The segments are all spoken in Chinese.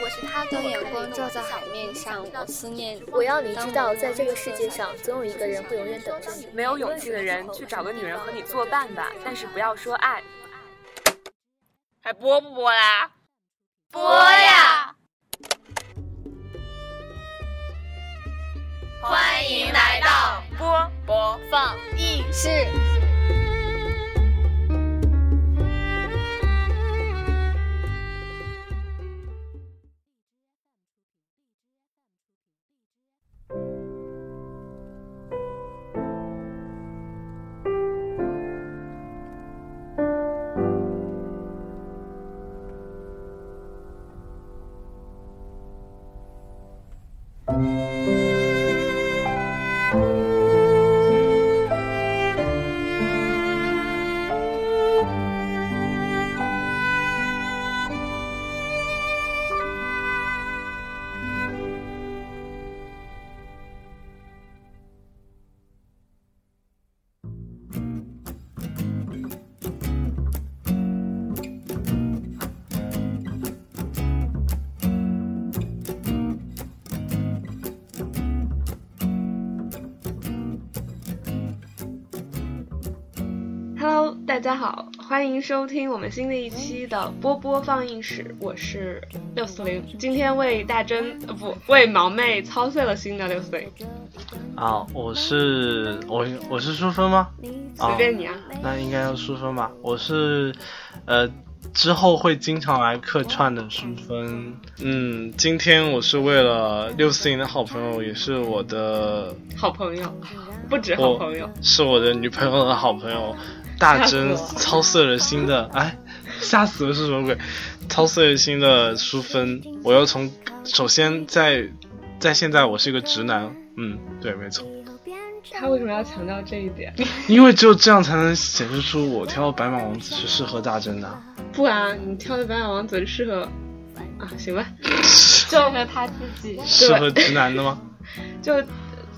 我是他当眼光照在海面上，我思念。我要你知道，在这个世界上，总有一个人会永远等着你。没有勇气的人，去找个女人和你作伴吧，但是不要说爱。还播不播啦？播呀！欢迎来到播播放映室。 Hello，大家好，欢迎收听我们新的一期的波波放映室，我是六四零，今天为大真呃不为毛妹操碎了心的六四零，啊，我是我我是淑芬吗？随便你啊，那应该要淑芬吧？我是，呃，之后会经常来客串的淑芬。嗯，今天我是为了六四零的好朋友，也是我的好朋友，不止哦好朋友，是我的女朋友的好朋友，大吓真死我操碎了心的，哎，吓死了是什么鬼？操碎了心的淑芬，我要从首先在在现在我是一个直男，嗯，对，没错。他为什么要强调这一点？因为只有这样才能显示出我挑白马王子是适合大真的。不啊，你挑的白马王子适合啊，行吧，就和他自己。适合直男的吗？就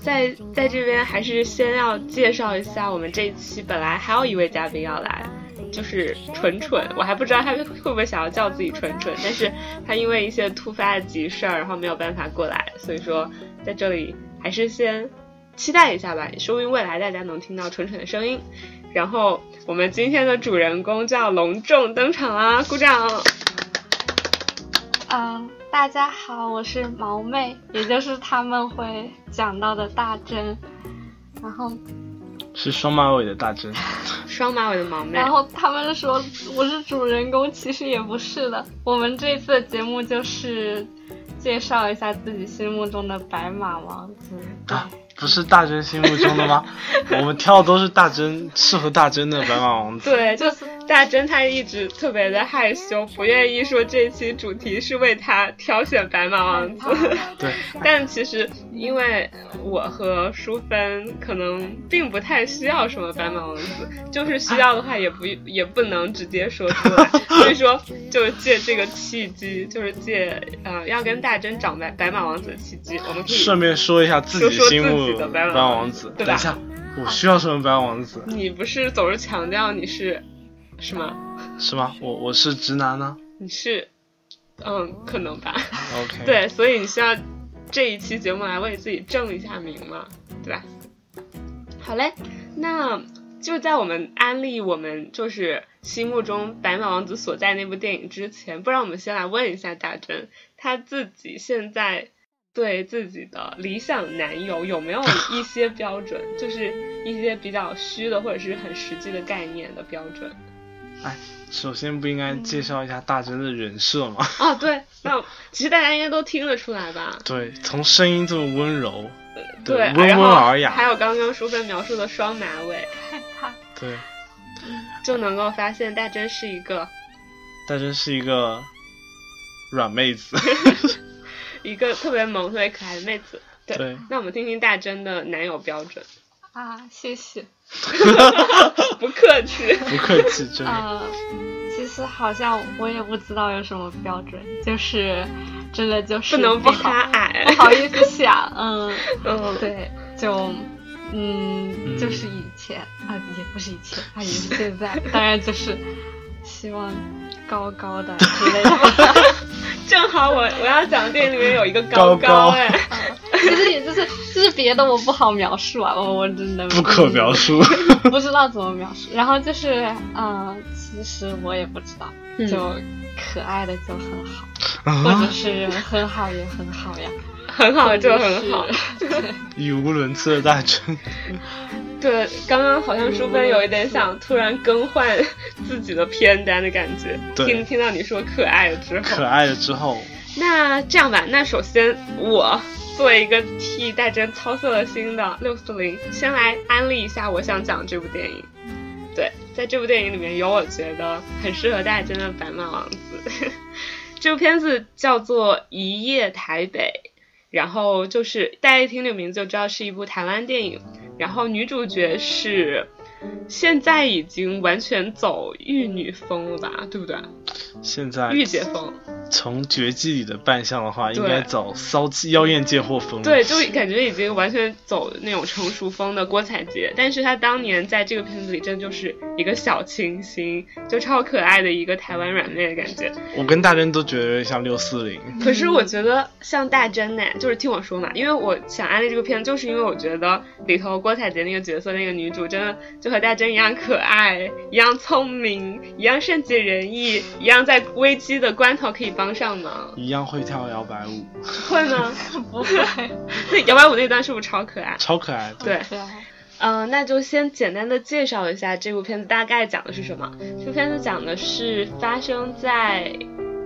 在在这边还是先要介绍一下我们这一期，本来还哦有一位嘉宾要来。就是蠢蠢，我还不知道他会不会想要叫自己蠢蠢，但是他因为一些突发的急事儿，然后没有办法过来，所以说在这里还是先期待一下吧，说不定未来大家能听到蠢蠢的声音。然后我们今天的主人公就要隆重登场啦，鼓掌！嗯，大家好，我是毛妹，也就是他们会讲到的大真。然后，是双马尾的大真，双马尾的毛妹 然，后他们说我是主人公，其实也不是的。我们这次的节目就是介绍一下自己心目中的白马王子。啊不是大真心目中的 吗？我们挑的都是大真适合大真的白马王子。对，就是大侦探一直特别的害羞，不愿意说这期主题是为他挑选白马王 子。对，但其实，因为我和淑芬可能并不太需要什么白马王子，就是需要的话也不也不能直接说出来，所以说就是借这个契机，就是借呃要跟大真找白白马王子的契机，我们可顺以。便说一下自己心说说自己目的白白马马王王子子。对吧等一下，我需要什么白马王子你不是总是强调你是什么？是吗？我我是直男呢。你是嗯，可能吧。 OK，，对，所以你需要这一期节目来为自己正一下名嘛，对吧？好嘞，那就在我们安利我们就是心目中白马王子所在那部电影之前，不然我们先来问一下大真，他自己现在对自己的理想男友有没有一些标准，就是一些比较虚的或者是很实际的概念的标准？首先不应该介绍一下大真的人设吗？ 哦，对，那其实大家应该都听得出来吧？对，从声音这么温柔，对，温文然后尔雅还有刚刚淑芬描述的双马尾，对，就能够发现大真是一个大真是一个软妹 子。一个特别萌、特别可爱的妹子。对， 对那我们听听大真的男友标准， 啊，谢谢。不客气。不客气，真啊的。呃，其实好像我也不知道有什么标准，就是真的就是不能比不较哈矮不，好意思想，嗯， 嗯，对，就，嗯，嗯就是以前啊，也不是以前啊，也是 现 在，当然就是希望高高的之类的。 就正好我我要讲的电影里面有一个高高高哎，其实也就是就是别的我不好描述啊，我我真的嗯不可描述。不知道怎么描述。然后就是，嗯、其实我也不知道，嗯就可爱的就很好，或啊 者，是很好也很好呀，很 好就很好或。者是。语无伦次的大 臣，对，刚刚好像淑芬有一点想突然更换 自己的片单的感觉。对听听到你说可爱了之可后，爱了之后，那这样吧，那首先我作为一个替戴真操碎了心的六四零，先来安利一下我想讲这部电影。对，在这部电影里面有我觉得很适合戴真的《白马王子》， 这部片子叫做《一夜台北》，然后就是大家一听这个名字就知道是一部台湾电影，然后女主角是。现在已经完全走玉女风了吧，对不对？现在御姐风，从绝技里的扮相的话，应对该走骚气妖艳贱货嗯风。对，就感觉已经完全走那种成熟风的郭采洁，但是她当年在这个片子里真就是一个小清新，就超可爱的一个台湾软妹的感觉。我跟大真都觉得有点像六四零，可是我觉得像大真呢，就是听我说嘛，因为我想安利这个片，就是因为我觉得里头郭采洁那个角色那个女主真的就和大真一样可爱，一样聪明，一样善解人意，一样在危机的关头可以帮上忙。一样会跳摇摆舞，会吗？ 不会， 那摇摆舞那段是不是超可爱？超可爱的。对，对啊，嗯，那就先简单的介绍一下这部片子大概讲的是什么。这部片子讲的是发生在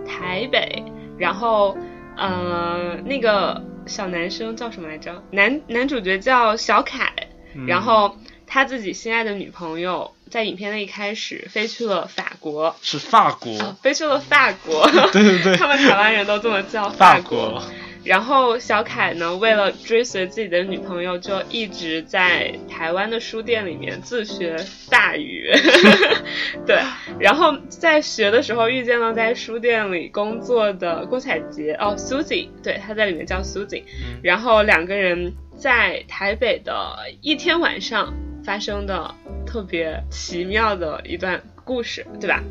台北，然后，呃，那个小男生叫什么来着？男男主角叫小凯，嗯然后他自己心爱的女朋友在影片的一开始飞去了法国，是法国，飞去了法国，对对对， 他们台湾人都这么叫法国。然后小凯呢，为了追随自己的女朋友，就一直在台湾的书店里面自学法语。 对，然后在学的时候遇见了在书店里工作的郭采洁，哦，Susie，对，她在里面叫 Susie。嗯然后两个人在台北的一天晚上发生的特别奇妙的一段故事，对吧？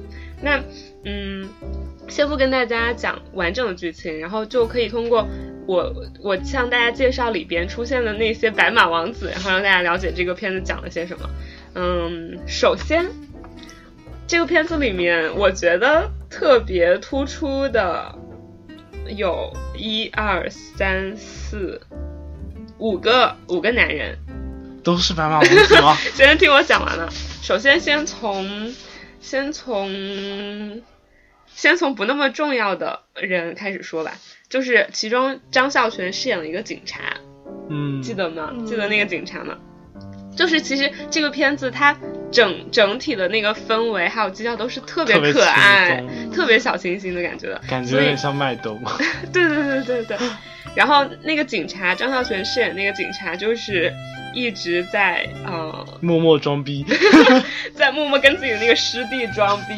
那嗯，先不跟大家讲完整的剧情，然后就可以通过我我向大家介绍里边出现的那些白马王子，然后让大家了解这个片子讲了些什么。嗯，首先，这个片子里面我觉得特别突出的有一二三四五个五个男人，都是白马王 子吗？先听我讲完了。首先先从先从先从不那么重要的人开始说吧，就是其中张孝全饰演了一个警察，嗯，记得吗？嗯记得那个警察吗？就是其实这个片子它整整体的那个氛围还有基调都是特别特别可爱轻、松特别小清新的感觉的，感觉所有以点像麦兜。对对对对 对。然后那个警察张孝全饰演那个警察，就是一直在呃默默装逼， 在默默跟自己的那个师弟装逼，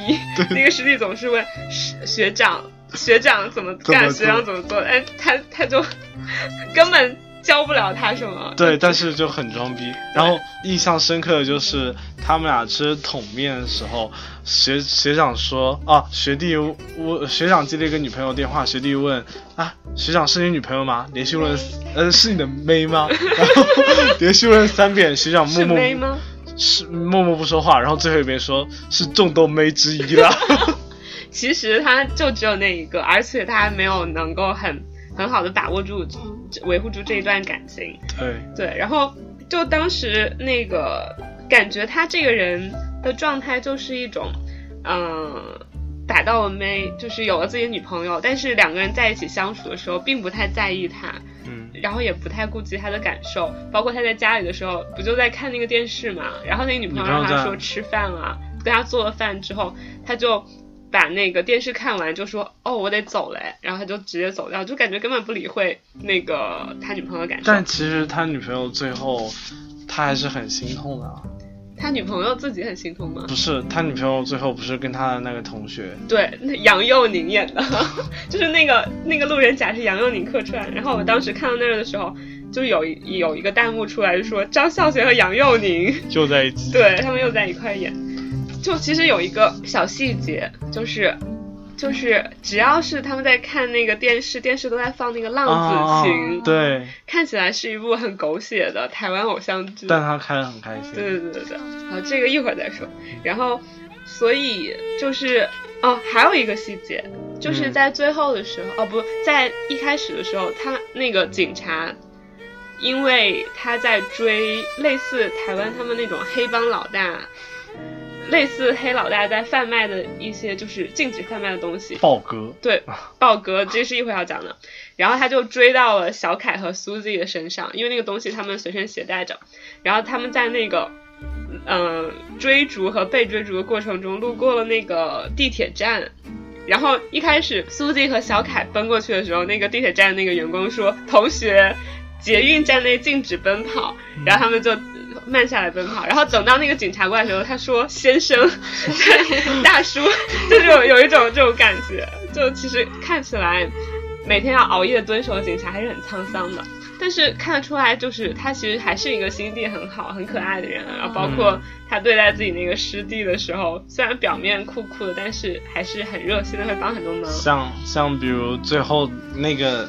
那个师弟总是问师学长学长怎么干，怎么学做长怎么做，哎，他他就 根本教不了他什么。对，但是就很装逼。然后印象深刻的就是他们俩吃桶面的时候，学学长说啊，学弟我学长接了一个女朋友电话，学弟问啊，学长是你女朋友吗？连续问了，呃，是你的妹 吗？然后 连续问了三遍，学长默是默妹吗？是默默不说话，然后最后一遍说是众多妹之一 了。其实他就只有那一个，而且他还没有能够很很好的把握住、维护住这一段感情。对，对，然后就当时那个感觉他这个人的状态就是一种，嗯、打到了妹，就是有了自己的女朋友，但是两个人在一起相处的时候，并不太在意他，嗯，然后也不太顾及他的感受，包括他在家里的时候，不就在看那个电视嘛，然后那个女朋友女朋让友他在说吃饭啊，跟他做了饭之后，他就。把那个电视看完就说哦我得走嘞，然后他就直接走掉，就感觉根本不理会那个他女朋友的感受。但其实他女朋友最后他还是很心痛的啊。他女朋友自己很心痛吗？不是，他女朋友最后不是跟他的那个同学，对，那杨佑宁演的， 就是那个那个路人甲是杨佑宁客串。然后我当时看到那儿的时候，就有一有一个弹幕出来就说张孝全和杨佑宁，又在一起。对他们又在一块演。就其实有一个小细节，就是就是只要是他们在看那个电视，电视都在放那个《浪啊子情》，对，看起来是一部很狗血的台湾偶像剧，但他开的很开心。对对对对，好，这个一会儿再说。然后，所以就是哦，还有一个细节，就是嗯在最后的时候，哦不，在一开始的时候，他们那个警察，因为他在追类似台湾他们那种黑帮老大。类似黑老大在贩卖的一些就是禁止贩卖的东西，豹哥，对，豹哥，这是一会儿要讲的。然后他就追到了小凯和苏 z 的身上，因为那个东西他们随身携带着。然后他们在那个，嗯、追逐和被追逐的过程中，路过了那个地铁站。然后一开始苏 z 和小凯奔过去的时候，那个地铁站那个员工说：“同学，捷运站内禁止奔跑。”然后他们就呃慢下来奔跑，然后等到那个警察过来的时候，他说：“先生， 对大叔， 就是有有一种这种感觉。就其实看起来，每天要熬夜蹲守的警察还是很沧桑的，但是看得出来，就是他其实还是一个心地很好、很可爱的人。然后包括嗯他对待自己那个师弟的时候，虽然表面酷酷的，但是还是很热心的，会帮很多忙。像像比如最后那个，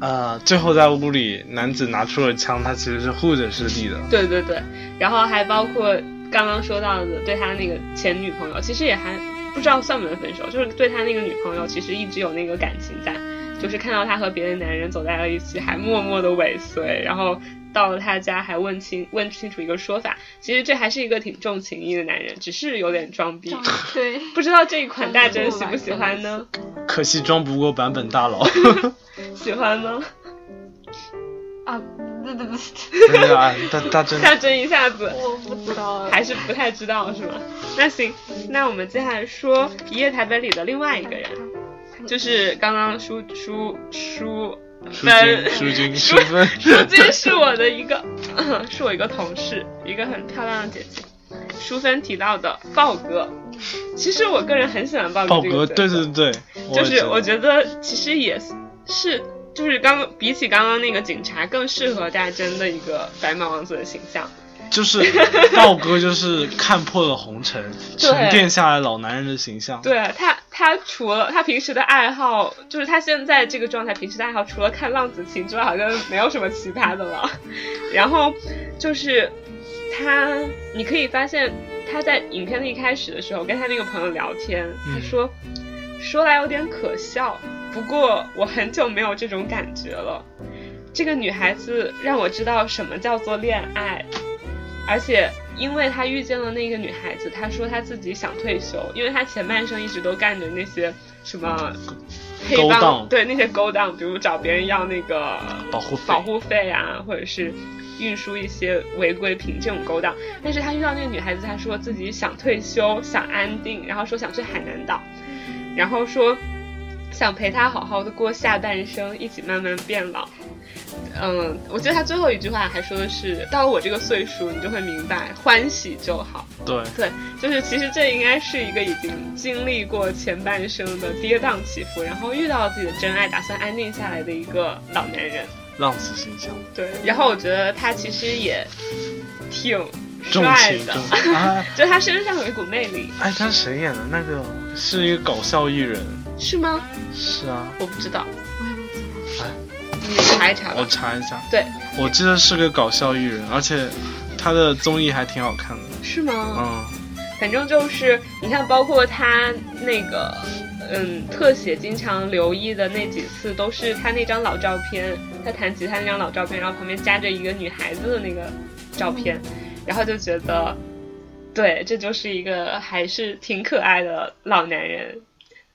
呃，最后在屋里男子拿出了枪，他其实是护着师弟的。对对对，然后还包括刚刚说到的对他那个前女朋友，其实也还不知道算不算分手，就是对他那个女朋友其实一直有那个感情在，就是看到他和别的男人走在了一起，还默默的尾随，然后到了他家还问清问清楚一个说法，其实这还是一个挺重情义的男人，只是有点装逼。对，不知道这一款大真喜不喜欢呢？可惜装不过版本大 佬，喜欢吗？啊，对对对，真的啊，他他 真大真一下子我不知道还是不太知道是吗？那行，那我们接下来说《一夜台北》里的另外一个人，就是刚刚舒舒舒舒分军舒军舒舒分，舒 军是我的一个 是我一个同事，一个很漂亮的姐姐。淑芬提到的豹哥，其实我个人很喜欢豹豹这个哥，角色对对对，就也是我觉得其实也是是，就是刚比起刚刚那个警察更适合大真的一个白马王子的形象。就是 豹哥就是看破了红尘，对沉淀下来老男人的形象。对他，他除了他平时的爱好，就是他现在这个状态，平时的爱好除了看《浪子情》之外，好像没有什么其他的了。然后就是他，你可以发现他在影片的一开始的时候，跟他那个朋友聊天，嗯他说、说来有点可笑，不过我很久没有这种感觉了。这个女孩子让我知道什么叫做恋爱，而且因为他遇见了那个女孩子，他说他自己想退休，因为他前半生一直都干着那些什么黑勾帮，当对那些勾当，比如找别人要那个保护费保护费啊，或者是运输一些违规品这种勾当。但是他遇到那个女孩子，他说自己想退休，想安定，然后说想去海南岛，然后说想陪她好好的过下半生，一起慢慢变老。嗯，我记得他最后一句话还说的是，到了我这个岁数，你就会明白，欢喜就好。对对，就是其实这应该是一个已经经历过前半生的跌宕起伏，然后遇到自己的真爱，打算安定下来的一个老男人。浪子形象，对，然后我觉得他其实也挺重帅情的，重 情啊！就他身上有一股魅力，哎，他谁演的那个？是一个搞笑艺人。是吗？是啊，我不知道，我也不知道。你查一查哎我吧。查一下，对，我记得是个搞笑艺人，而且他的综艺还挺好看的。是吗？嗯，反正就是你看，包括他那个嗯特写经常留意的那几次，都是他那张老照片，他弹吉他那张老照片，然后旁边夹着一个女孩子的那个嗯照片，然后就觉得，对，这就是一个还是挺可爱的老男人，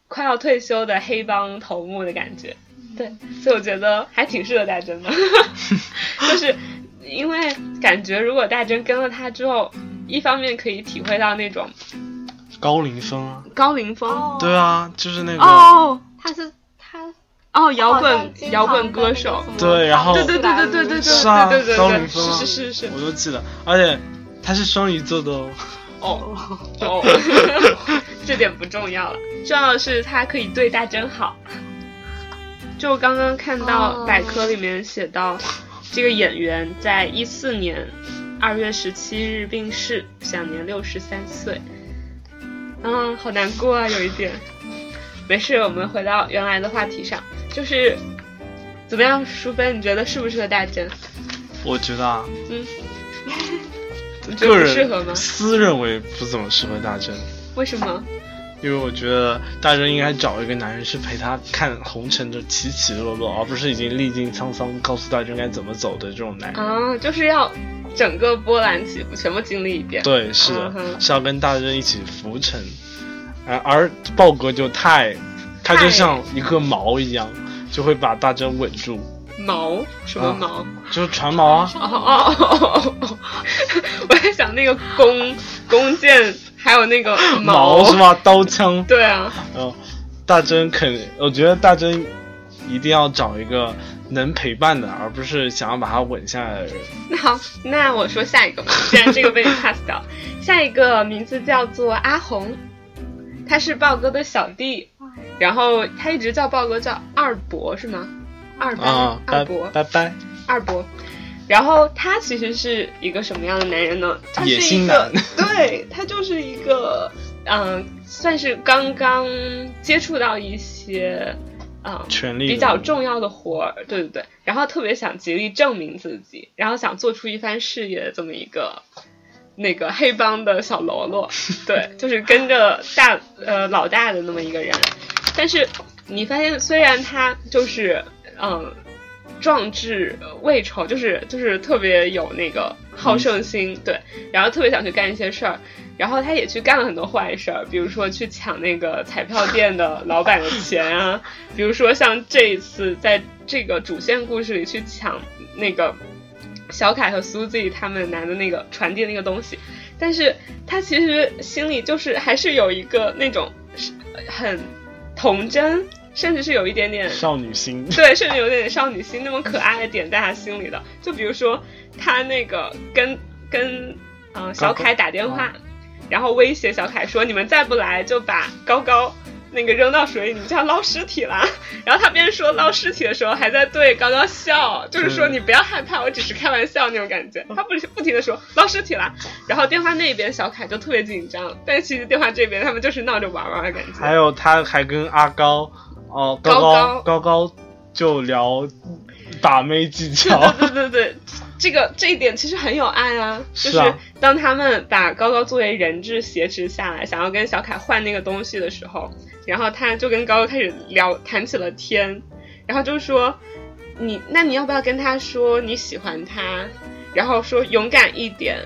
快要退休的黑帮头目的感觉。嗯对，所以我觉得还挺适合大 真的，就是因为感觉如果大真跟了他之后，一方面可以体会到那种高凌风啊，高凌风对啊，就是那个，哦哦他是他哦摇好像滚经常摇滚歌手，在那个什么对然后对对对对对对对是啊对对对高对，凌风啊是是是是我都记得，而且他是双鱼座的哦。哦哦，这点不重要了，重要的是他可以对大真好。就我刚刚看到哦百科里面写到，这个演员在一四年二月十七日病逝，享年六十三岁。嗯，好难过啊，有一点。没事，我们回到原来的话题上，就是怎么样，淑芬，你觉得适不适合大珍？我觉得啊，你嗯觉个得不适合吗人？私认为不怎么适合大珍，为什么？因为我觉得大珍应该找一个男人去陪她看红尘的起起落落，而不是已经历经沧桑，告诉大珍该怎么走的这种男人。啊，就是要整个波澜起伏全部经历一遍。对，是的，嗯哼是要跟大珍一起浮沉，而而豹哥就太，他就太像一个锚一样，就会把大珍稳住，毛什么啊毛？就是船锚啊，哦哦哦哦哦！我在想那个弓弓箭，还有那个矛锚是？吗？刀枪，对啊，嗯，大珍肯，我觉得大珍一定要找一个能陪伴的，而不是想要把他稳下来的人。那好，那我说下一个吧， 既然这个被你 pass 掉，下一个名字叫做阿红，他是豹哥的小弟，然后他一直叫豹哥叫二伯是吗？二伯，啊、二拜嗯伯，拜拜，二伯。然后他其实是一个什么样的男人呢？他野是一心个男， 对他就是一个，嗯、算是刚刚接触到一些，嗯、权力比较的重要的活儿，对对对。然后特别想极力证明自己，然后想做出一番事业的这么一个。那个黑帮的小喽啰，对，就是跟着大呃老大的那么一个人，但是你发现，虽然他就是嗯壮志未酬，就是就是特别有那个好胜心，对，然后特别想去干一些事儿，然后他也去干了很多坏事儿，比如说去抢那个彩票店的老板的钱啊，比如说像这一次在这个主线故事里去抢那个小凯和苏 Z 他们拿的那个传递的那个东西，但是他其实心里就是还是有一个那种是很童真，甚至是有一点点少女心。对，甚至有点少女心那么可爱的点在他心里的。就比如说他那个跟跟嗯、呃小凯打电话，然后威胁小凯说：“你们再不来就把高高。”那个扔到水里，你们就要捞尸体啦。 然后他边说捞尸体的时候，还在对高高笑，就是说嗯你不要害怕，我只是开玩笑那种感觉。他不不停的说捞尸体啦，然后电话那边小凯就特别紧张，但其实电话这边他们就是闹着玩玩的感觉。还有他还跟阿高，哦、高高高高就聊把妹技巧， 对对对对，这个这一点其实很有爱啊，就是是啊当他们把高高作为人质挟持下来，想要跟小凯换那个东西的时候，然后他就跟高高开始聊谈起了天，然后就说你那你要不要跟他说你喜欢他，然后说勇敢一点。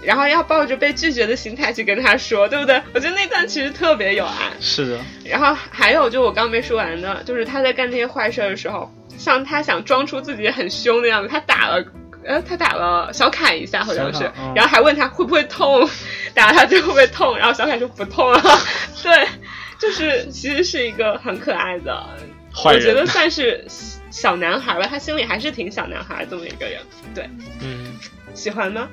然后要抱着被拒绝的心态去跟他说，对不对？我觉得那段其实特别有爱。是的，然后还有就我刚没说完的，就是他在干那些坏事儿的时候，像他想装出自己很凶的样子，他打了。呃，他打了小凯一下，好像是小凯，嗯然后还问他会不会痛，打了他就会不会痛，然后小凯说不痛啊。 对，就是其实是一个很可爱的，坏我觉得人。算是小男孩吧，他心里还是挺小男孩这么一个人，嗯，喜欢吗？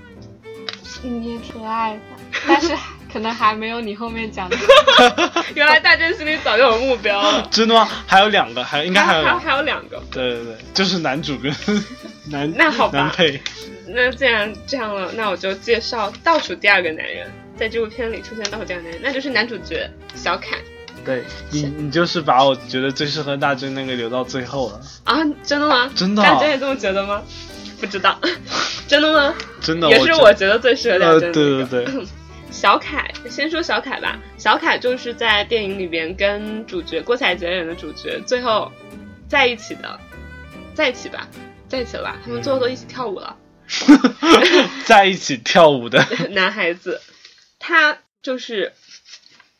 你也挺爱的，但是可能还没有你后面讲的。原来大真心里早就有目标了，真的吗？还有两个，还有应该还有还有两个。还有两个，对对对，就是男 主跟男那好吧男配，那既然这样了，那我就介绍倒数第二个男人，在这部片里出现倒数第二个男人，那就是男主角小凯对你你就是把我觉得最适合大真那个留到最后了，啊，真的吗？真的啊大家也这么觉得吗？不知道， 真的吗？真的也是觉我觉得最适合大呃，家对的那对个。对， 小凯，先说小凯吧。小凯就是在电影里边跟主角郭采洁演的主角最后在一起的，在一起吧，在一起了吧？他们最后都一起跳舞了。在一起跳舞的， 男孩子，他就是，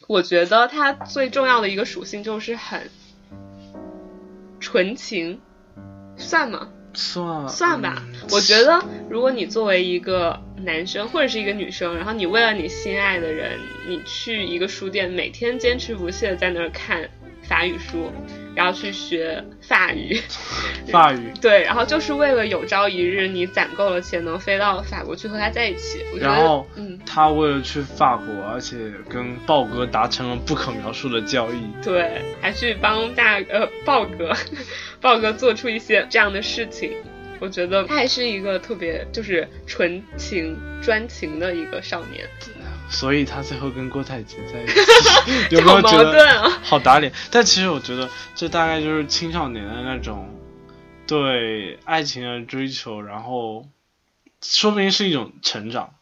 我觉得他最重要的一个属性就是很纯情，算吗？算算吧。嗯我觉得，如果你作为一个男生或者是一个女生，然后你为了你心爱的人，你去一个书店，每天坚持不懈地在那儿看法语书，然后去学法语， 法语，对，然后就是为了有朝一日你攒够了钱，能飞到法国去和他在一起。我觉得然后嗯，他为了去法国，而且跟豹哥达成了不可描述的交易。对，还去帮大呃豹哥， 豹哥做出一些这样的事情。我觉得他还是一个特别就是纯情专情的一个少年。所以他最后跟郭采洁在一 起，有没有觉好矛盾得啊好打脸？但其实我觉得这大概就是青少年的那种对爱情的追求，然后说不定是一种成长。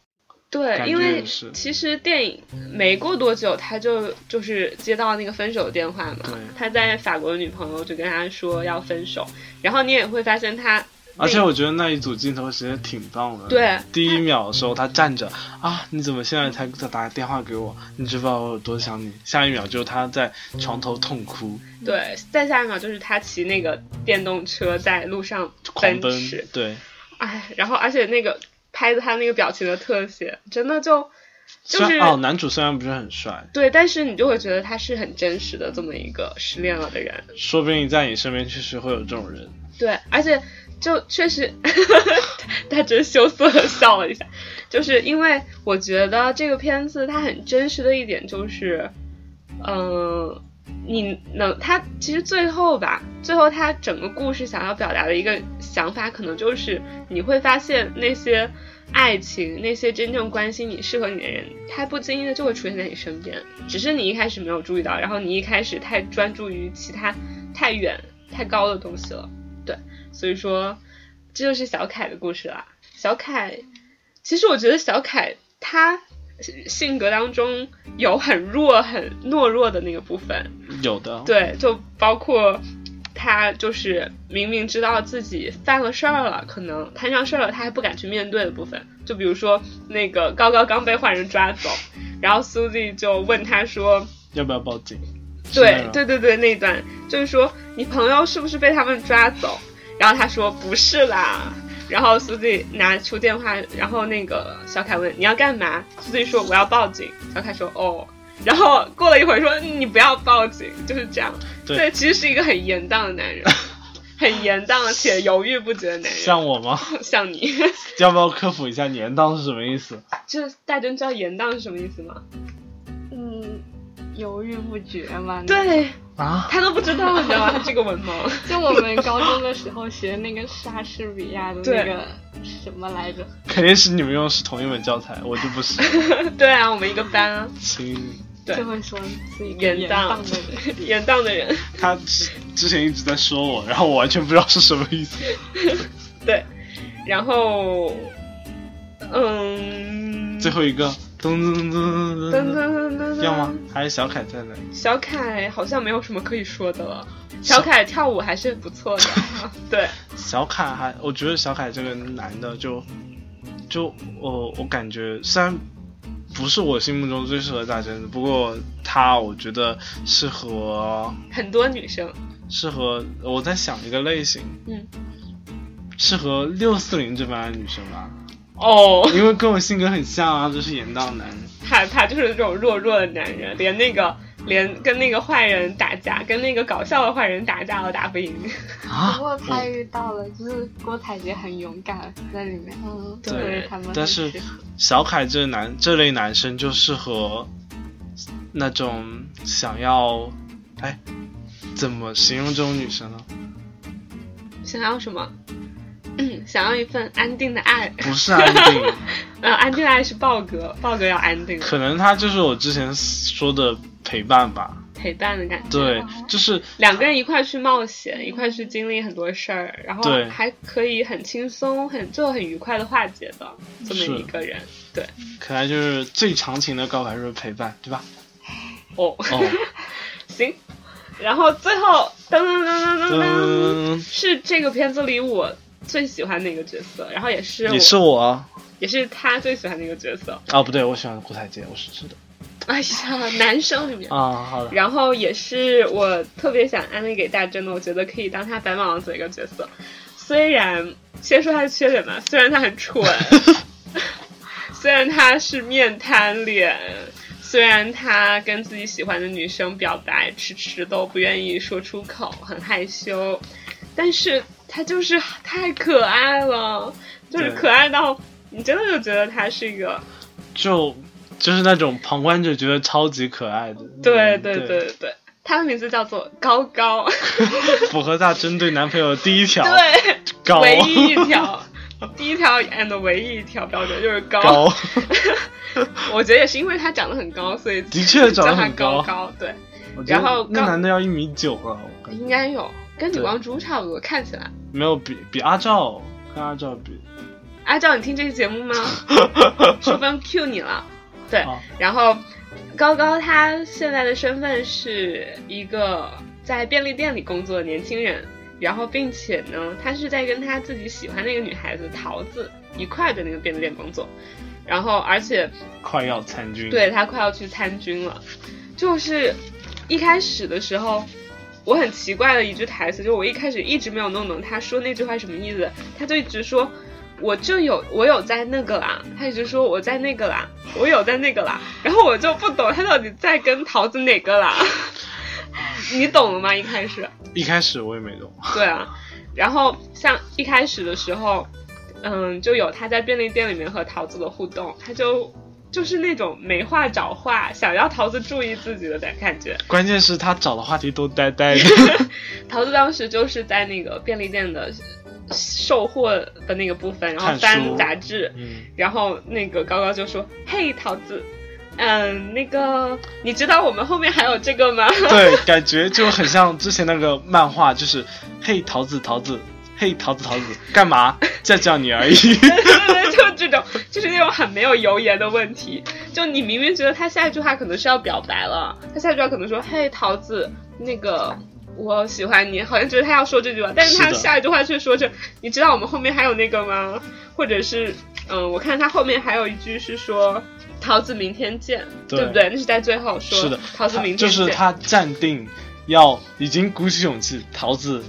对，感因觉为也是其实电影没过多久，他就就是接到那个分手电话嘛对，他在法国的女朋友就跟他说要分手，然后你也会发现他而且我觉得那一组镜头其实挺棒的。对第一秒的时候他站着啊，你怎么现在才打电话给我？你知不知道我有多想你？下一秒就是他在床头痛哭，对，再下一秒就是他骑那个电动车在路上狂奔驰，。对，哎，然后而且那个拍的他那个表情的特写，真的就就是虽然哦，男主虽然不是很帅，对，但是你就会觉得他是很真实的这么一个失恋了的人，说不定在你身边确实会有这种人。对，而且就确实，他真羞涩的笑了一下，就是因为我觉得这个片子它很真实的一点就是，嗯、你能，他其实最后吧，最后他整个故事想要表达的一个想法，可能就是你会发现那些爱情，那些真正关心你、适合你的人，他不经意的就会出现在你身边，只是你一开始没有注意到，然后你一开始太专注于其他太远、太高的东西了，对，所以说这就是小凯的故事啦。小凯，其实我觉得小凯他性格当中有很弱、很懦弱的那个部分，有的，对，就包括他就是明明知道自己犯了事儿了，可能摊上事儿了，他还不敢去面对的部分。就比如说那个高高刚被坏人抓走，然后苏丽就问他说要不要报警？：“对是，对对对，那一段就是说你朋友是不是被他们抓走？”然后他说：“不是啦。”然后苏丽拿出电话，然后那个小凯问：“你要干嘛？”苏丽说：“我要报警。”小凯说：“哦。”然后过了一会儿说：“你不要报警。”就是这样。对对，其实是一个很严当的男 人，很严当且犹豫不决的男人，像我吗？ 像你， 要不要科普一下年当是什么意思？就是大真知道严当是什么意思吗？嗯，犹豫不决嘛。嗯那个，对啊？他都不知道，你知道吗？他这个文盲。 就我们高中的时候学那个莎士比亚的那个什么来着？肯定是你们用的是同一本教材，我就不 是。对啊，我们一个班啊，亲，对就会说自己严荡当的人。，严当的人。他之之前一直在说我，然后我完全不知道是什么意思。对，然后，嗯，最后一个，噔噔噔噔噔噔噔噔噔，噔，要吗？？还是小凯在那里？小凯好像没有什么可以说的了。小凯跳舞还是不错的， 对，小凯还，我觉得小凯这个男的就，就我我感觉虽然不是我心目中最适合大真的，不过他我觉得适合很多女生，适合，我在想一个类型，嗯，适合六四零这班的女生吧，哦，因为跟我性格很像啊，就是淫荡男。害怕就是这种弱弱的男人，连那个连跟那个坏人打架，跟那个搞笑的坏人打架都打不赢。 啊不过他遇到了，就是郭采洁很勇敢在里面，嗯，对所以他们但很是适合小凯这男这类男生就适合那种想要，哎，怎么形容这种女生呢？想要什么？ 嗯，想要一份安定的爱。 不是安定，呃，安定的爱是豹哥，豹哥要安定可能他就是我之前说的陪伴吧。陪伴的感觉。对，就是两个人一块去冒险，一块去经历很多事儿，然后对还可以很轻松、很就很愉快的化解的这么是一个人。对，可能就是最长情的告白就是陪伴，对吧？哦，哦， 行。然后最后，噔噔噔噔噔噔， 嗯，是这个片子里我最喜欢的一个角色，然后也是我你是我啊？也是他最喜欢的一个角色。啊，不对，我喜欢郭采洁，我是知道哎呀，男生里面。啊。好的，然后也是我特别想安利给大真的，我觉得可以当他白马王子的一个角色。虽然先说他的缺点吧，虽然他很蠢，虽然他是面瘫脸，虽然他跟自己喜欢的女生表白迟迟都不愿意说出口，很害羞，但是他就是太可爱了，就是对可爱到你真的就觉得他是一个就就是那种旁观者觉得超级可爱的。对嗯对对对对对，他的名字叫做高高。符合大针对男朋友的第一 条，对，高 唯一一条，第一条 and 唯一一条标准就是高。高， 我觉得也是因为他长得很高，所以的确长得很高高高。对，我觉然得后那高男的要一米九了，我感觉应该有跟李对光洙差不多，看起来。没有比比阿赵跟阿赵比，阿赵，你听这个节 目吗？淑芬 Q 你了。对，啊然后高高他现在的身份是一个在便利店里工作的年轻人，然后并且呢，他是在跟他自己喜欢那个女孩子桃子一块儿的那个便利店工作，然后而且快要参军，对，他快要去参军了。就是一开始的时候，我很奇怪的一句台词，就我一开始一直没有弄懂他说那句话什么意思，他就一直说。我就有我有在那个啦，他一直说我在那个啦，我有在那个啦，然后我就不懂他到底在跟桃子哪个啦， 你懂了吗？一开始，一开始我也没懂，对啊，然后像一开始的时候，嗯，就有他在便利店里面和桃子的互动，他就就是那种没话找话，想要桃子注意自己的感感觉。关键是他找的话题都呆呆的， 桃子当时就是在那个便利店的售货的那个部分，然后看翻书杂志，嗯，然后那个高高就说：“嘿，桃子。”嗯，那个，你知道我们后面还有这个吗？对，感觉就很像之前那个漫画，就是嘿桃子桃子，嘿桃子桃子，干嘛？在叫 你而已。对对，对，就这种，就是那种很没有油盐的问题。就你明明觉得他下一句话可能是要表白了，他下一句话可能说：“嘿，桃子，那个我喜欢你。”好像觉得他要说这句话，但是他是的下一句话却说是：“你知道我们后面还有那个吗？”或者是，嗯，我看他后面还有一句是说。桃子明天见，对不对？那是在最后说。是的，桃子他明天见。就是他站定，要已经鼓起勇气，桃子，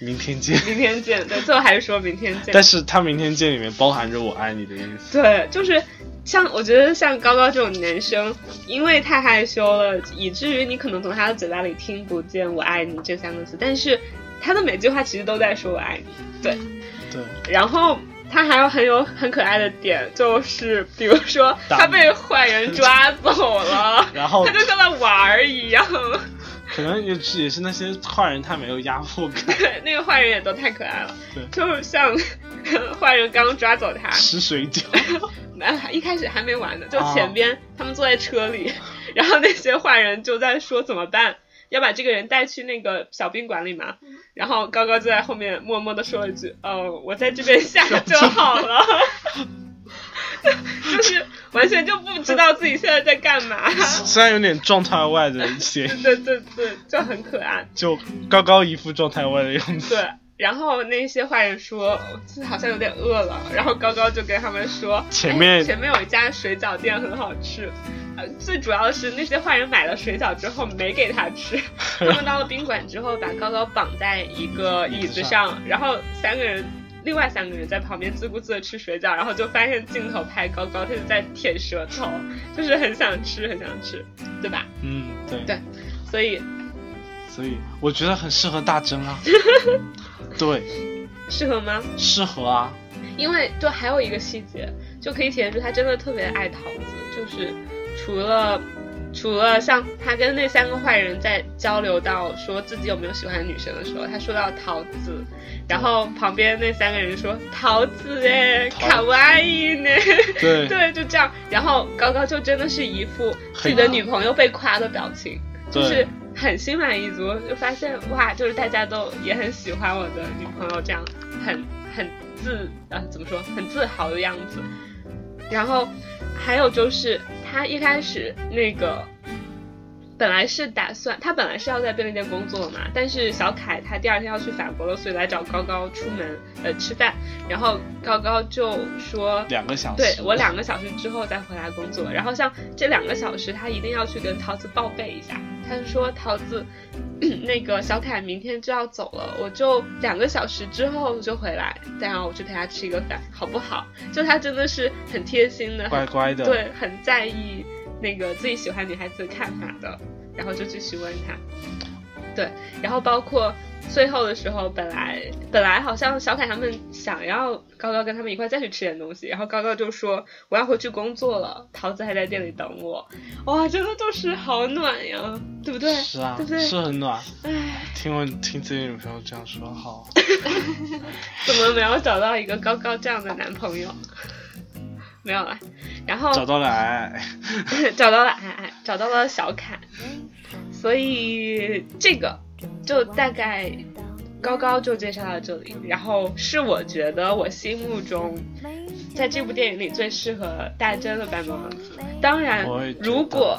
明天见。明天见，对，最后还是说明天见。但是他明天见里面包含着我爱你的意思。对，就是像我觉得像高高这种男生，因为太害羞了，以至于你可能从他的嘴巴里听不见“我爱你”这三个字，但是他的每句话其实都在说“我爱你对，”。然后他还有很有很可爱的点，就是比如说打，他被坏人抓走了 然后他就像在玩儿一样。可能也是也是那些坏人太没有压迫感，对，那个坏人也都太可爱了，对就是像 坏人刚抓走他，吃水 饺。啊，一开始还没完呢，就前边、他们坐在车里，然后那些坏人就在说怎么办，要把这个人带去那个小宾馆里嘛。然后高高就在后面默默的说了一句：“哦，我在这边下就好了。” 就是完全就不知道自己现在在干嘛。 虽然有点状态外的嫌疑，对对对，就很可爱。就高高一副状态外的样子。对，然后那些坏人说这好像有点饿了，然后高高就跟他们说，前哎面前面有一家水饺店很好吃，呃，最主要的是那些坏人买了水饺之后没给他吃，他们到了宾馆之后把高高绑在一个椅子上，然后三个人。另外三个人在旁边自顾自的吃水饺，然后就发现镜头拍高高，他就在舔舌头，就是很想吃，很想吃，对吧？嗯，对对所以所以我觉得很适合大真 啊。对，适合吗？适合啊。因为就还有一个细节，就可以体现出他真的特别爱桃子，就是除了除了像他跟那三个坏人在交流到说自己有没有喜欢的女生的时候，他说到桃子，然后旁边那三个人说桃子哎，桃子卡哇伊呢，对对，就这样，然后高高就真的是一副自己的女朋友被夸的表情，就对是。很心满意足，就发现哇，就是大家都也很喜欢我的女朋友，这样很很自啊怎么说，很自豪的样子。然后还有就是他一开始那个本来是打算他本来是要在便利店工作嘛，但是小凯他第二天要去法国了，所以来找高高出门呃吃饭，然后高高就说两个小时。对我两个小时之后再回来工作。然后像这两个小时，他一定要去跟桃子报备一下。他就说桃子， 那个小凯明天就要走了，我就两个小时之后就回来，再让我去陪他吃一个饭，好不好？就他真的是很贴心的，乖很乖的。对，很在意那个自己喜欢女孩子的看法的。然后就去询问他，对，然后包括最后的时候，本来本来好像小凯他们想要高高跟他们一块再去吃点东西，然后高高就说我要回去工作了，桃子还在店里等我。哇，真的就是好暖呀，对不对？是啊对，不对？是很暖。唉，听我听自己女朋友这样说，好，怎么没有找到一个高高这样的男朋友？没有了，然后找到了哎 爱，找到了哎哎，找到了小凯，所以这个就大概高高就介绍到这里。然后是我觉得我心目中在这部电影里最适合大真的白马王子。当然我也觉，得如果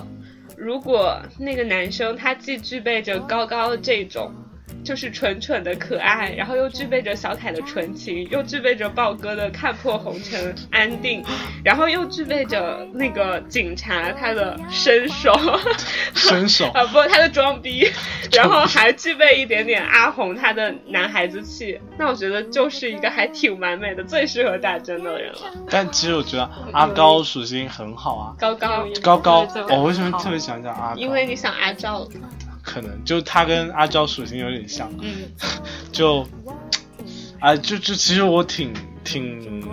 如果那个男生他既具备着高高这种。就是蠢蠢的可爱，然后又具备着小凯的纯情，又具备着豹哥的看破红尘安定，然后又具备着那个警察他的身 手，伸手啊不，他的装逼，然后还具备一点点阿红他的男孩子气，那我觉得就是一个还挺完美的，最适合大真的人了。但其实我觉得阿高属性很好啊，高高，高高对，对我为什么特别想讲阿高？因为你想阿赵了，可能就他跟阿娇属性有点像，嗯， 就，啊、就就其实我挺挺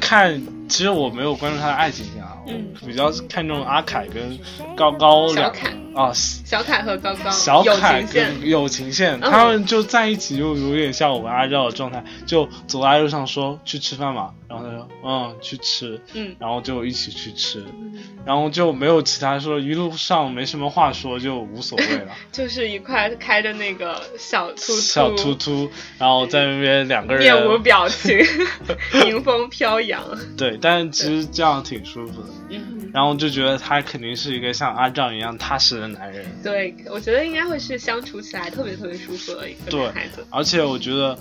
看，其实我没有关注他的爱情线啊，嗯我比较看重阿凯跟高高小两凯啊。小凯和高高小友凯情线，跟友情线，嗯他们就在一起，就有点像我跟阿娇的状态，就走在路上说去吃饭嘛，然后他说嗯去吃，嗯，然后就一起去吃，然后就没有其他说一路上没什么话说就无所谓了，就是一块开着那个小兔兔，小突突，然后在那边两个人面无表 情，迎风飘扬，对，但其实这样挺舒服的。嗯。然后就觉得他肯定是一个像阿丈一样踏实的男人，对，我觉得应该会是相处起来特别特别舒服的一个对男孩子。而且我觉得，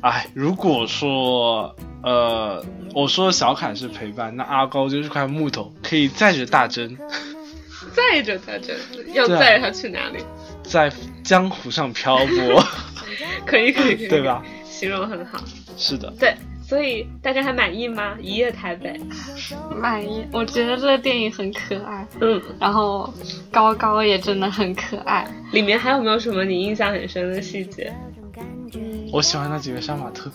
哎，如果说呃，我说小凯是陪伴，那阿高就是块木头，可以载着大真载着他真的要对啊载着他去哪里？在江湖上漂泊，可以可以可以，对吧？？形容很好，是的，对，所以大家还满意吗？一夜台北，满意。我觉得这个电影很可爱，嗯，然后高高也真的很可爱。里面还有没有什么你印象很深的细节？我喜欢那几个杀马特，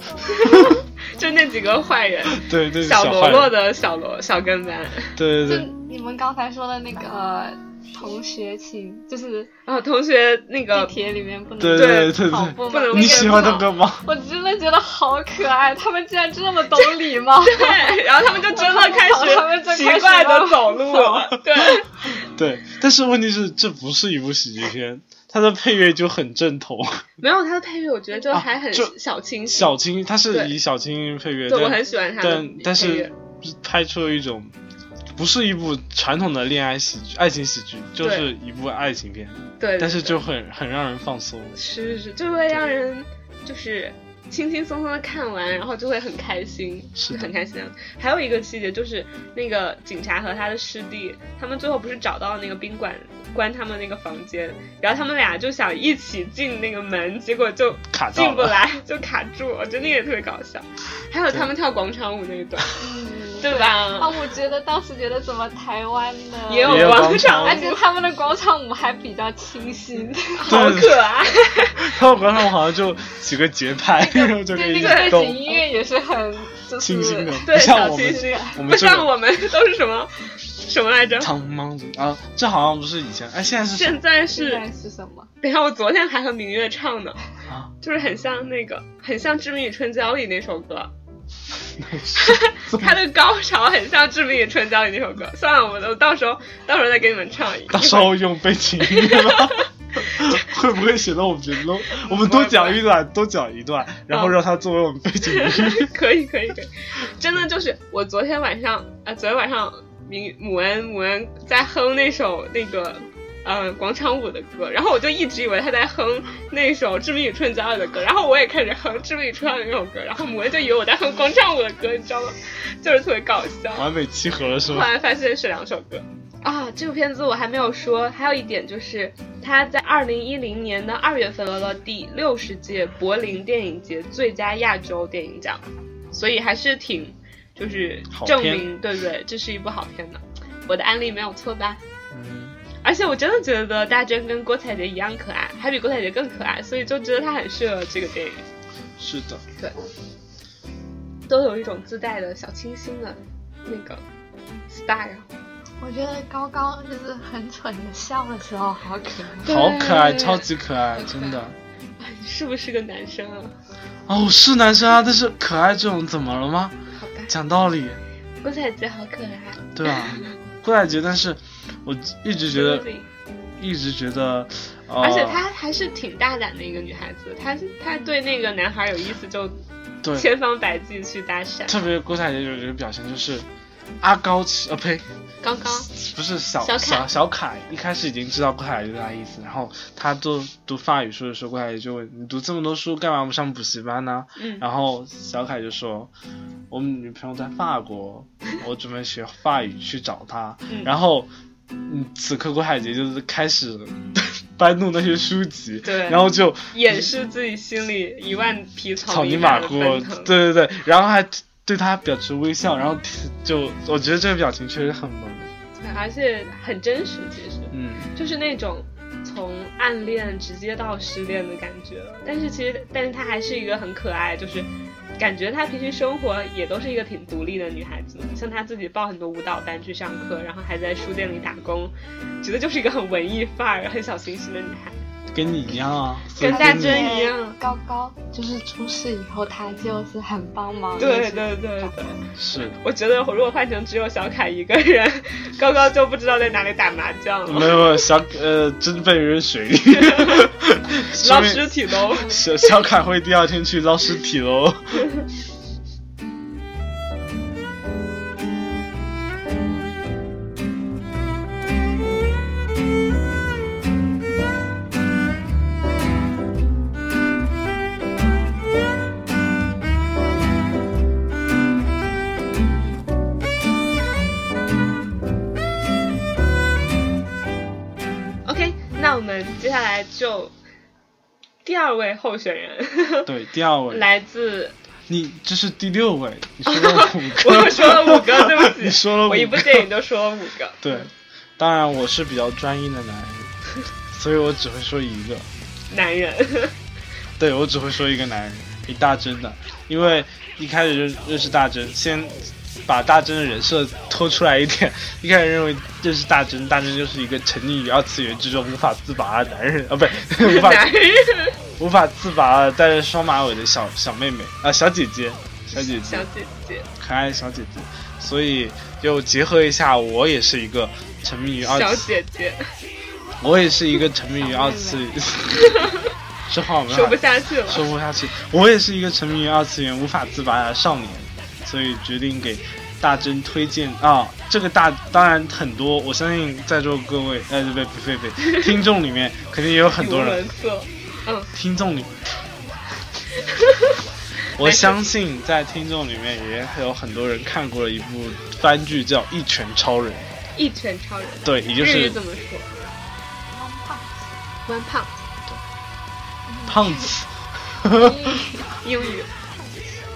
就那几个坏人，对对，小坏罗人罗，的小罗小跟班，对对就对，你们刚才说的那个呃同学情，就是然后哦同学那地个铁里面不能对对对对跑对步吗不能对，你喜欢那个吗？我真的觉得好可爱，他们竟然这么懂 礼貌。对，然后他们就真的开他们始就奇开始怪的了走 路啊 了，对，对，但是问题是，这不是一部喜剧片，它的配乐就很 正统。没有他的配乐，我觉得就啊还很就小清新，小清，它是对以小清新配乐，对我但很喜欢他的配乐但，但是拍出了一种不是一部传统的恋爱喜剧、爱情喜剧，就是一部爱情片，对，但是对就很很让人放松。是是，就会让人就是轻轻松松的看完，然后就会很开心，是的很开心嗯的。还有一个细节就是那个警察和他的师弟，他们最后不是找到那个宾馆关他们那个房间，然后他们俩就想一起进那个门，结果就卡到进不了来， 就卡住了，我觉得那个也特别搞笑。还有他们跳广场舞那一 段，对啊，吧？我觉得当时觉得怎么台湾的也也有广广场场舞舞而且他们的广场舞还比较 清新，好可爱，他们广场舞好像就几个节拍，然后 就可对那以个背动景，音乐也是很就是清新的，对，不像小我清们新，我不们这像个我们都是什么什么来着？苍茫族啊，这好像不是以前，哎，现在是现在现是在是什么？等一下，我昨天还和明月唱呢，啊，就是很像那个，很像《致命与春娇》里那首歌，它 他的高潮很像《致命与春娇》里那首歌。算了，我我到时候到时候再给你们唱一。 到时候用背景音乐吧，会不会显得我们觉得 low？我们多讲一段，多讲一段，然后让它作为我们背景音乐。 可以可以可以，真的就是我昨天晚上啊、呃昨天晚上明母恩母恩在哼那首那个。呃，广场舞的歌，然后我就一直以为他在哼那首《致命与春娇》的歌，然后我也开始哼《致命与春娇》的那首歌，然后母恩就以为我在哼广场舞的歌，你知道吗？就是特别搞笑。完美契合了是后吗？来发现是两首歌。啊，这部片子我还没有说，还有一点就是，它在二零一零年的二月份得到第六十届柏林电影节最佳亚洲电影奖，所以还是挺就是好证片明对不对？这是一部好片的，我的案例没有错吧？嗯，而而且我真的觉得大珍跟郭采洁一样可爱，还比郭采洁更可爱，所以就觉得她很适合这个电影，是的，都有一种自带的小清新的那个 style。我觉得高高就是很蠢的笑的时候好可爱。对好可爱，超级可爱，真的。哎你是不是个男生啊？哦，是男生啊，但是可爱这种怎么了吗？好吧，讲道理，郭采洁好可爱。对 吧？郭采洁，但是我一直觉得，一直觉得，呃，而且她还是挺大胆的一个女孩子，她她对那个男孩有意思，就对，千方百计去搭讪。特别郭采洁有一个表现就是，阿高起呃呸，刚刚不是小小凯小小凯，一开始已经知道郭采洁对他意思，然后他读读法语书的时候，郭采洁就问你读这么多书干嘛不上补习班呢？嗯然后小凯就说，我们女朋友在法国，我准备学法语去找她。嗯然后，嗯，此刻郭海洁就是开始 搬弄那些书籍，对然后就掩饰自己心里一万匹草泥泥马的过，奔腾。对对对，然后还对他表示微笑，然后就我觉得这个表情确实很萌，对，而且很真实，其实嗯，就是那种从暗恋直接到失恋的感觉。但是其实，但是她还是一个很可爱，就是感觉她平时生活也都是一个挺独立的女孩子。像她自己报很多舞蹈班去上课，然后还在书店里打工，觉得就是一个很文艺范儿、很小清新的女孩。跟你一样啊，所以跟大你珍一样。高高就是出事以后，他就是很帮忙。对对对对，是我觉得如果换成只有小凯一个人，高高就不知道在哪里打麻将没了，有没有小呃，真被扔 水里，说捞明尸体都。小小凯会第二天去捞尸体喽。 OK，那我们接下来就第二位候选人，对，第二位， 来自你这是第六位，你说 了五个，我说了五个，对不起， 你说了五个，我一部电影就说了五个。对，当然我是比较专一的男人，所以我只会说一个，男人，对我只会说一个男人，一大真的，因为一开始认认识大真，先把大真的人设拖出来一点，一开始认为认识大真，大真就是一个沉溺于二次元之中无法自拔的男人 啊，不 对，无法男人，无法自拔的带着双马尾的小小妹妹啊、小姐姐，小姐姐小，姐姐，可爱的小姐姐，所以又结合一下，我也是一个沉迷于二小次，姐姐，啊我也是一个沉迷于二次， 这话我 们说不下去说了。不下去，我也是一个沉迷于二次元无法自拔的少年，所以决定给大真推荐啊。这个大当然很多，我相信在座各位，呃，不不不不，听众里面肯定也有很语无多人伦，次，听众里，我相信在听众里面也有很多人看过了一部番剧叫《一拳超人》，一拳超人，对，也就日语是怎么说？One p u n 胖子，英语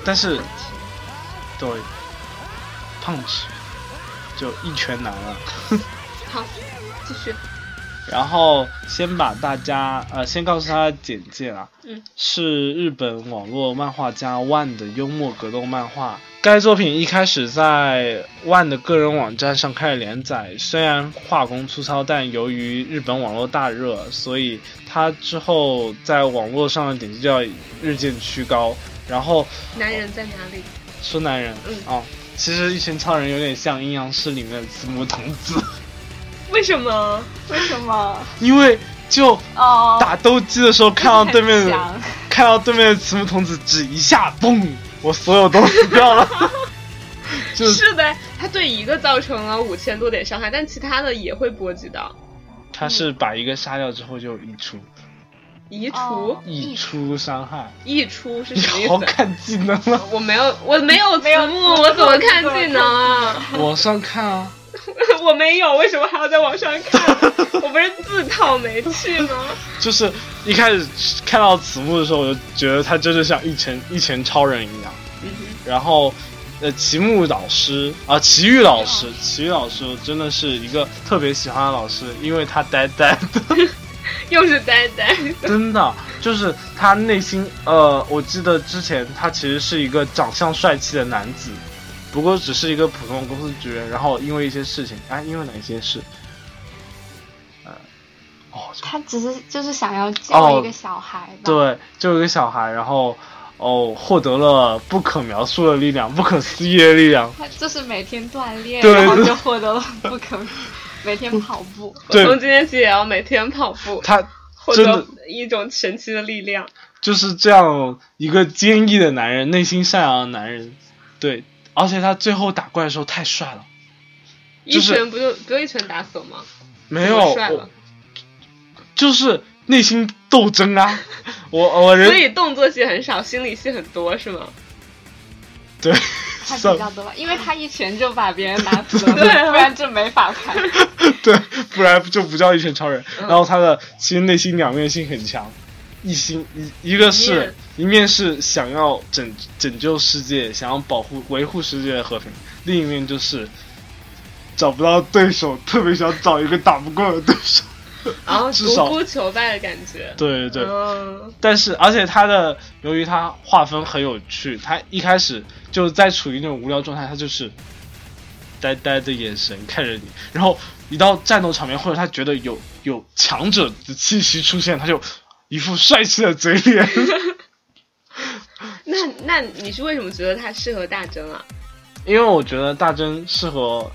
但是对胖子就一拳难了。 好，继续。然后先把大家呃，先告诉他的简介啊，嗯，是日本网络漫画家万的幽默格斗漫画。该作品一开始在万的个人网站上开始连载，虽然画工粗糙，但由于日本网络大热，所以它之后在网络上的点击量日渐趋高。然后男人在哪里？说男人，嗯哦，其实一拳超人有点像阴阳师里面的慈母童子，为什么？为什么？因为就哦，打斗鸡的时候看到对面 很的强看到对面的慈木童子只一下，嘣，我所有都死掉 了。就是是的，他对一个造成了五千多点伤害，但其他的也会波及到。他是把一个杀掉之后就移除，移除、哦移除伤害。溢出是你什么意好思？看技能啊了，我没有，我没有没有字幕，我怎么看技能啊？往上看啊！ 我没有，为什么还要在网上 看？我不是自讨没趣吗？就是一开始看嗯到慈木的时候，我就觉得他真的像一拳一拳超人一样。然后呃齐木老师啊，齐豫老师，齐豫老师真的是一个特别喜欢的老师，因为他呆呆的。又是呆呆。真的就是他内心，呃，我记得之前他其实是一个长相帅气的男子，不过只是一个普通的公司职员，然后因为一些事情，啊，因为哪些事，呃，哦，这他只是就是想要救一个小孩吧。哦对，就有一个小孩，然后哦，获得了不可描述的力量，不可思议的力量，他就是每天锻炼，对然后就获得了不可， 每天跑步。我对从今天起也要每天跑步，他获真的得一种神奇的力量。就是这样一个坚毅的男人，内心善良的男人，对，而且他最后打怪的时候太帅了，就一是拳不就不就一拳打死我吗？没有，我帅我了，就是内心斗 争啊，我所我人以动作戏很少，心理戏很多是吗？对，他算比较多吧，因为他一拳就把别人打死 了，对啊不然就没法 拍。 对，不然就不叫一拳超人。嗯然后他的其实内心两面性很强，一心一一个是一面是想要拯拯救世界，想要保护维护世界的和平，另一面就是找不到对手，特别想找一个打不过的对手。然后 至独少孤求败的感觉。对对对，嗯，但是而且他的由于他画风很有趣，他一开始就在处于那种无聊状态，他就是呆呆的眼神看着你，然后一到战斗场面或者他觉得有有强者的气息出现，他就一副帅气的 嘴脸。那那你是为什么觉得他适合大真啊？因为我觉得大真适合，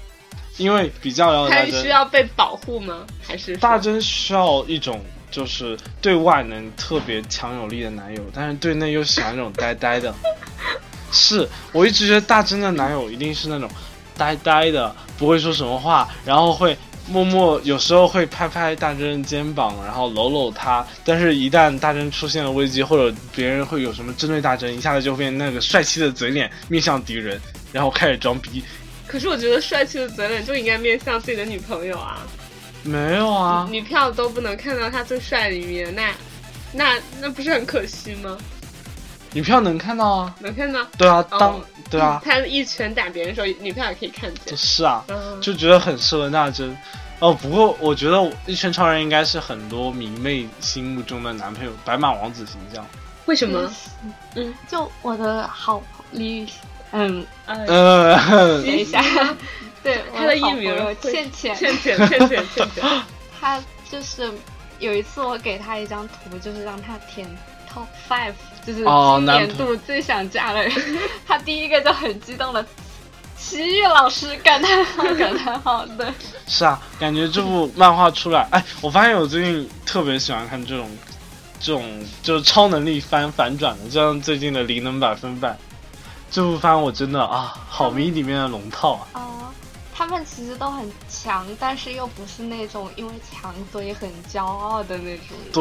因为比较了解他大需真，要被保护吗？还是说大真需要一种就是对外能特别强有力的男友，但是对内又喜欢那种呆呆的。 是我一直觉得大真的男友一定是那种呆呆的，不会说什么话，然后会默默有时候会拍拍大真的肩膀，然后搂搂他。但是，一旦大真出现了危机，或者别人会有什么针对大真，一下子就变那个帅气的嘴脸面向敌人，然后开始装逼。可是我觉得帅气的嘴脸就应该面向自己的女朋友啊，没有啊，女票都不能看到他最帅的一面，那那那不是很可惜吗？女票能看到啊。能看到，对啊，哦当、对啊，他一拳打别人的时候，女票也可以看见。是啊，嗯，就觉得很适合纳珍。哦，不过我觉得一拳超人应该是很多迷妹心目中的男朋友白马王子形象。为什么？嗯就我的好李，嗯，呃，呃， 等一下，对，他嗯的我好艺名朋友会倩倩，倩倩，倩倩，倩 倩，他就是有一次我给他一张图，就是让他填 top five，就是哦今男年朋度最想嫁的人， 他第一个就很激动的。齐豫老师感叹号感叹号，对， 是啊，感觉这部漫画出来，哎，我发现我最近特别喜欢看这种，这种就是超能力番反转的，就像最近的《灵能百分百》这部番，我真的啊，好迷里面的龙套啊，哦，他们其实都很强，但是又不是那种因为强所以很骄傲的那种人。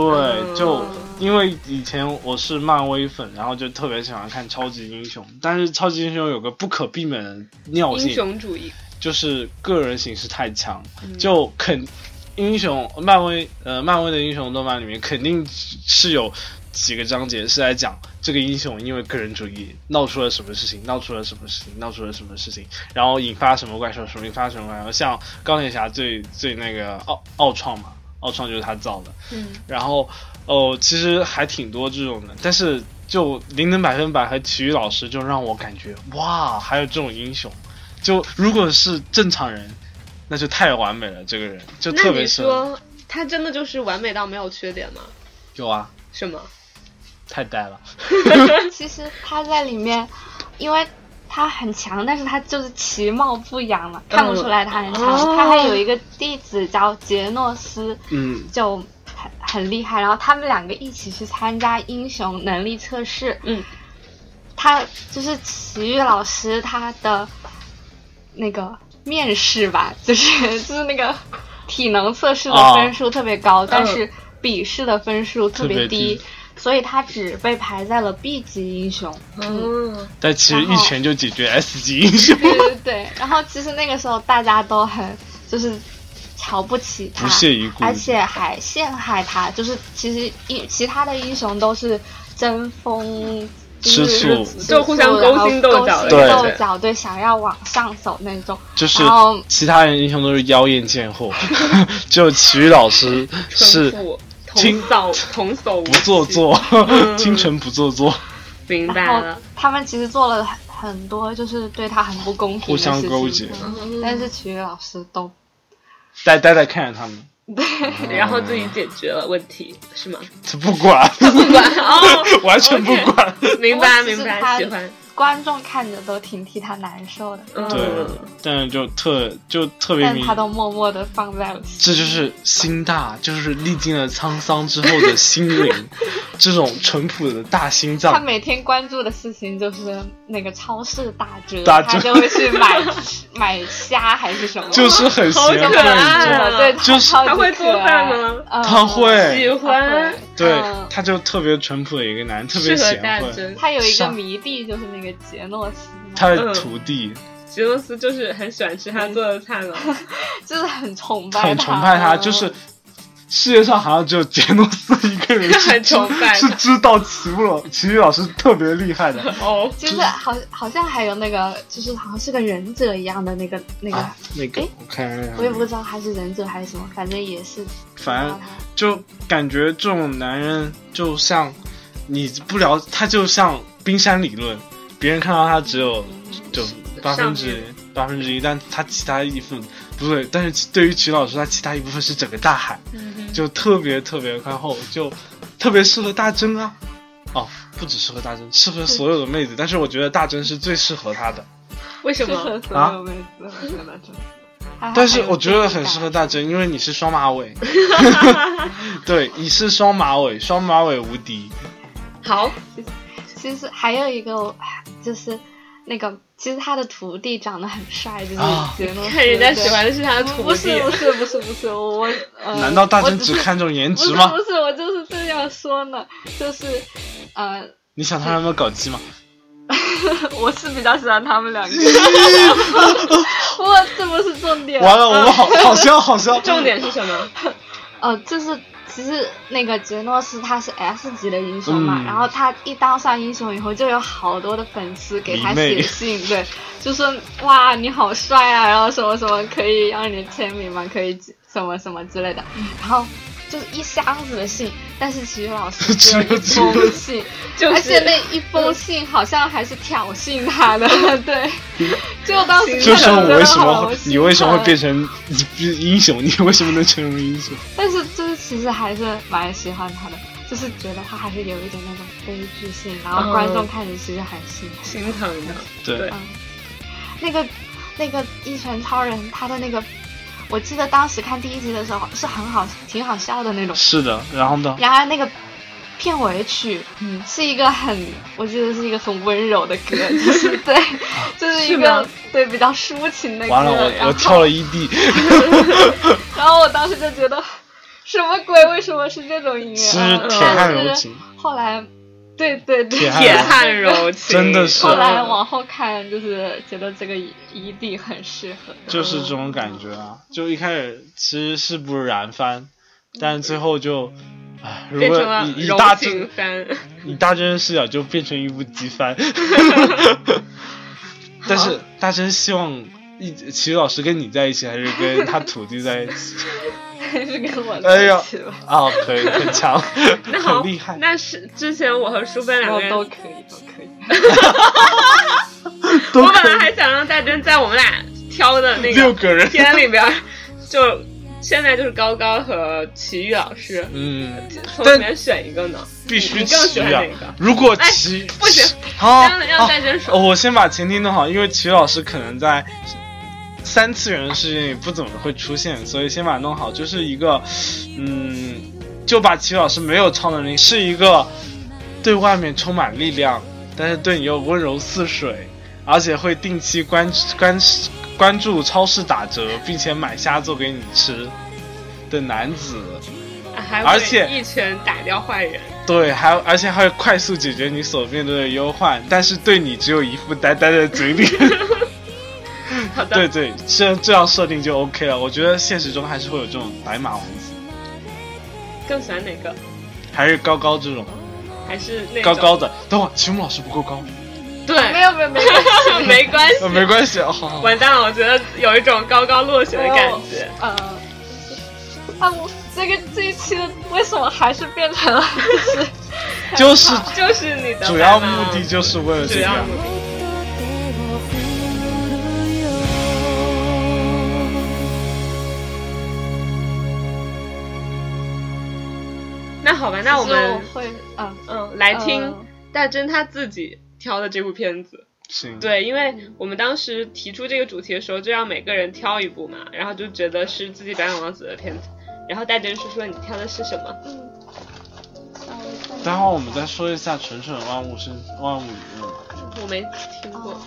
对，就嗯因为以前我是漫威粉，然后就特别喜欢看超级英雄，但是超级英雄有个不可避免的尿英性，雄主义。嗯就是个人形式太强，就肯英雄漫威呃漫威的英雄动漫里面肯定是有几个章节是在讲这个英雄因为个人主义闹出了什么事情，闹出了什么事情，闹出了什么事情，然后引发什么怪兽，什么引发什么怪兽，像钢铁侠最最那个奥奥创嘛，奥创就是他造的，然后哦，其实还挺多这种的，但是就灵能百分百和体育老师就让我感觉哇，还有这种英雄，就如果是正常人，那就太完美了，这个人就那特别你适合。说他真的就是完美到没有缺点吗？有啊，是吗？太呆了，其实他在里面，因为他很强，但是他就是其貌不扬嘛，看不出来他很强。哦他还有一个弟子叫杰诺斯，嗯，就很很厉害。然后他们两个一起去参加英雄能力测试，嗯，他就是体育老师他的那个面试吧，就是 就是那个体能测试的分数特别高，但是笔试的分数特特别别低所以他只被排在了 B 级英雄。嗯，但其实然后一拳就 解决 S 级英雄，对对对，然后其实那个时候大家都很就是瞧不起他，不屑一顾而且还陷害他。就是其实英其他的英雄都是争锋吃醋，就互相勾心斗角对斗角，对，想要往上走那种。就是然后其他人英雄都是妖艳贱货， 就体育老师 是童叟童叟不做作，清纯不做作，明白然 后了，他们其实做了很很多，就是对他很不公平互的事相情，勾结，但是体育老师都呆呆呆看着他们，啊然后自己解决了问题，是 吗？他不管，不 管哦，完全不管。明白我只是明白，他喜欢，观众看着都挺替他难受的，对嗯，，但是就特就特别但明他，都默默的放在了心。这就是心大，就是历经了沧桑之后的心灵， 这种淳朴的大心他脏。每天关注的事情就是那个超市打折，打他折就会去 买买虾还是什么，就是很好贤惠，可你爱知道啊吗？对，就是超级他会做饭可爱吗？嗯他喜会，欢，对嗯，他就特别淳朴的一个男人，特别适合贤大惠。真。他有一个上迷弟，就是那个杰诺斯嘛，他的徒嗯弟杰罗斯就是很喜欢吃他做的菜嘛，嗯就是很崇拜他，嗯很崇拜他，就是世界上好像只有杰诺斯一个人是很崇拜是他知道奇木老奇遇老师特别厉害的哦，就是好好像还有那个就是好像是个忍者一样的那个那个，啊。那个哎我看一下，我也不知道他是忍者还是什么，反正也是反正崇拜他就感觉这种男人就像你不了，他就像冰山理论，别人看到他只有嗯就八分之八分之一，但他其他一部分不对，但是对于曲老师，他其他一部分是整个大海，就特别特别宽厚，就特别适合大真啊。哦，不只适合大真，适合所有的妹子，但是我觉得大真是最适合他的。为什适合么？所有妹子，我觉得真的。他啊但是还有我觉得很魅力适合感大真，因为你是双马尾， 对，你是双马尾，双马尾无敌。好，其实还有一个就是那个，其实他的徒弟长得很帅，就是啊杰诺 斯。看人家对喜欢的是他的不徒不是弟不，是不是不是我，呃、难道大我真只只是看重颜不是值吗不？是，我就是这样说呢，就是，呃，你想他有没有搞基吗？ 我是比较喜欢他们 两个，我这不是重点。完了，我们好好笑，好笑。重点是什么？呃，就是其实那个杰诺斯他是 S 级的英雄嘛，嗯然后他一当上英雄以后，就有好多的粉丝给他迷妹写信，对，就说哇你好帅啊，然后什么什么可以让你签名吗？可以什么什么之类的，然后就是一箱子的信，但是体育老师只有一只有封信，就而且是那一封信好像还是挑衅他的， 对，就当时就看嗯说了我真的为什么好会，心你为什么疼会变成英雄？ 你为什么能成为英雄？但是就是其实还是蛮喜欢他的，就是觉得他还是有一点那种悲剧性，然后观众看着其实很心疼。心疼的，对对，那个那个一拳超人，他的那个，我记得当时看第一集的时候是很好，挺好笑的那种。是的。然后呢？然而那个片尾曲，嗯，是一个很，我记得是一个很温柔的歌，就是 对，就是一是吗个对比较抒情的歌。完了，我然后我跳了一地，然后我当时就觉得， 什么鬼？为什么是这种音乐？是嗯铁汉但柔是情，后来，对对对，铁汉铁汉 柔情，嗯真的是后来往后看，就是觉得这个一地很适合。就是这种感觉啊。就一开始其实是不然番，但最后就，唉，如变成果了以以柔大情真番。以大真视角就变成一部机 翻。但是大真希望一齐老师跟你在一起，还是跟他徒弟在 一起？ 还是跟我哎在呀一起吧，啊、可以，很强， 那好很厉害。 那是之前我和淑芬两都个人，都我可以，都可以。都本可来以还想让大真在我们俩挑的那六个个 人。片里边儿，就现在就是高高和齐豫老师，嗯，从里面选一个呢？必须你更喜齐欢啊哪个！哎如果齐，不行，好，让让戴真哦说。我嗯先把前提弄好，因为齐老师可能在三次元的世界里不怎么会出现，所以先把它弄好，就是一个，嗯，就把齐老师没有超能力，是一个对外面充满力量，但是对你又温柔似水，而且会定期关关关注超市打折，并且买虾做给你吃的男子。还而会且一拳打掉坏人，对，还而且还会快速解决你所面对的忧患，但是对你只有一副呆呆的 嘴脸。好的，对对，这这样设定就 OK 了。我觉得现实中还是会有这种白马王子，更喜欢哪个？还是高高这种。还是那高高的。等会儿齐木老师不够 高，对，没有没有没有， 没关系，呃没关系，哦好好完蛋了，我觉得有一种高高落雪的感觉。呃，啊，我这个这一期的为什么还是变成了就是就就是是你的主要妈妈目的就是为了这主要个。目的。那好吧，那我其实们我会嗯嗯来听呃大珍她自己挑的这部片子。行，对，因为我们当时提出这个主题的时候，就让每个人挑一部嘛，然后就觉得是自己白马王子的片子。然后大珍说说你挑的是什么？待会儿我们再说一下《蠢蠢万物生万物理论》吧，我没听过。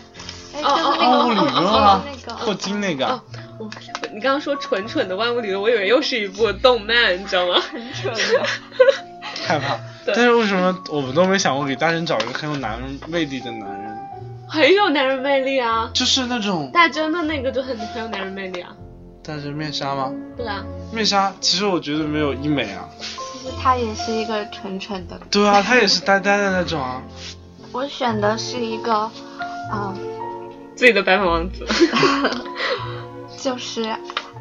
哎，哦就是哦那个万物理论啊那，个霍金那个啊，我你刚刚说蠢蠢的万物理论，我以为又是一部动漫，你知道吗？很 蠢的，害怕。对但是为什么我们都没想过给大神找一个很有男人魅力的男人？很有男人魅力啊！就是那种大珍的那个就很很有男人魅力啊。戴着面纱吗？对啊，面纱其实我觉得没有医美啊。其实他也是一个蠢蠢的。对啊，他也是呆呆的那种啊。我选的是一个，嗯、自己的白马王 子。就是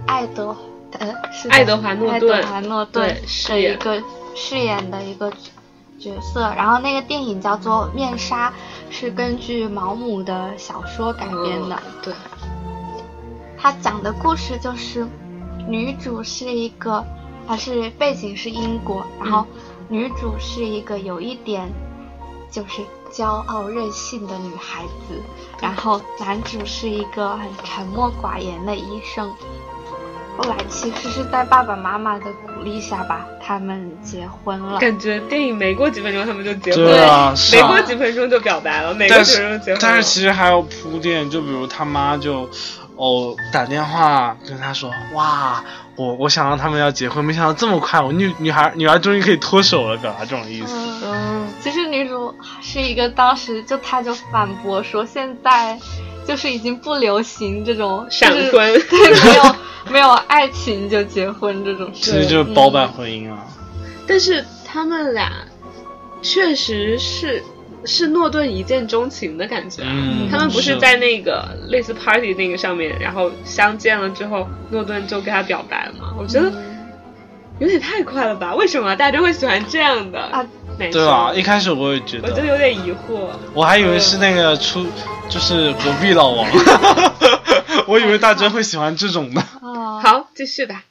爱德，呃，是的爱德华诺顿爱德华诺顿对饰的演一个饰演的一个角角色。然后那个电影叫做《面纱》，是根据毛姆的小说改编的。嗯对，他讲的故事就是，女主是一个，她是背景是英国，然嗯后女主是一个有一点就是骄傲任性的女孩子，然后男主是一个很沉默寡言的医生。后来其实是在爸爸妈妈的鼓励下吧，他们结婚了。感觉电影没过几分钟他们就结婚对了，啊，是没啊过。几分钟就表白了，没过但几分钟是就结婚了。但是其实还有铺垫，就比如他妈就哦打电话跟他说，哇，我我想到他们要结婚，没想到这么快，我女女孩女儿终于可以脱手了，表达这种意思。嗯嗯，其实女主是一个当时就她就反驳说，现在就是已经不流行这种闪就是婚对，没有没有爱情就结婚这种其事。实就是包办婚姻啊。嗯但是他们俩确实是是诺顿一见钟情的感觉啊。嗯他们不是在那个类似 party 那个上面，然后相见了之后，诺顿就跟他表白了吗？我觉得嗯有点太快了吧？为什么大家会喜欢这样的啊男生？对啊，一开始我也觉我就得，有点疑惑。我还以为是那个出，就是隔壁老王， 我以为大真会喜欢这种的。啊、好，继续吧。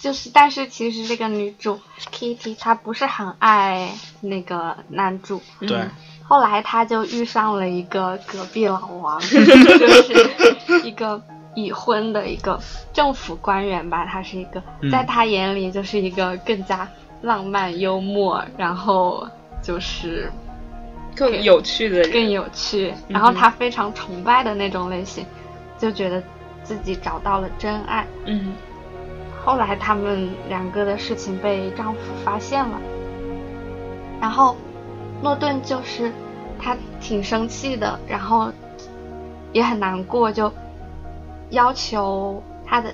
就是但是其实这个女主 Kitty 她不是很爱那个男主，对，后来她就遇上了一个隔壁老王，就是一个已婚的一个政府官员吧，他是一个嗯，在他眼里就是一个更加浪漫幽默，然后就是更有趣的人，更有趣，然后他非常崇拜的那种类型，就觉得自己找到了真爱。嗯，后来他们两个的事情被丈夫发现了，然后诺顿就是他挺生气的，然后也很难过，就要求他的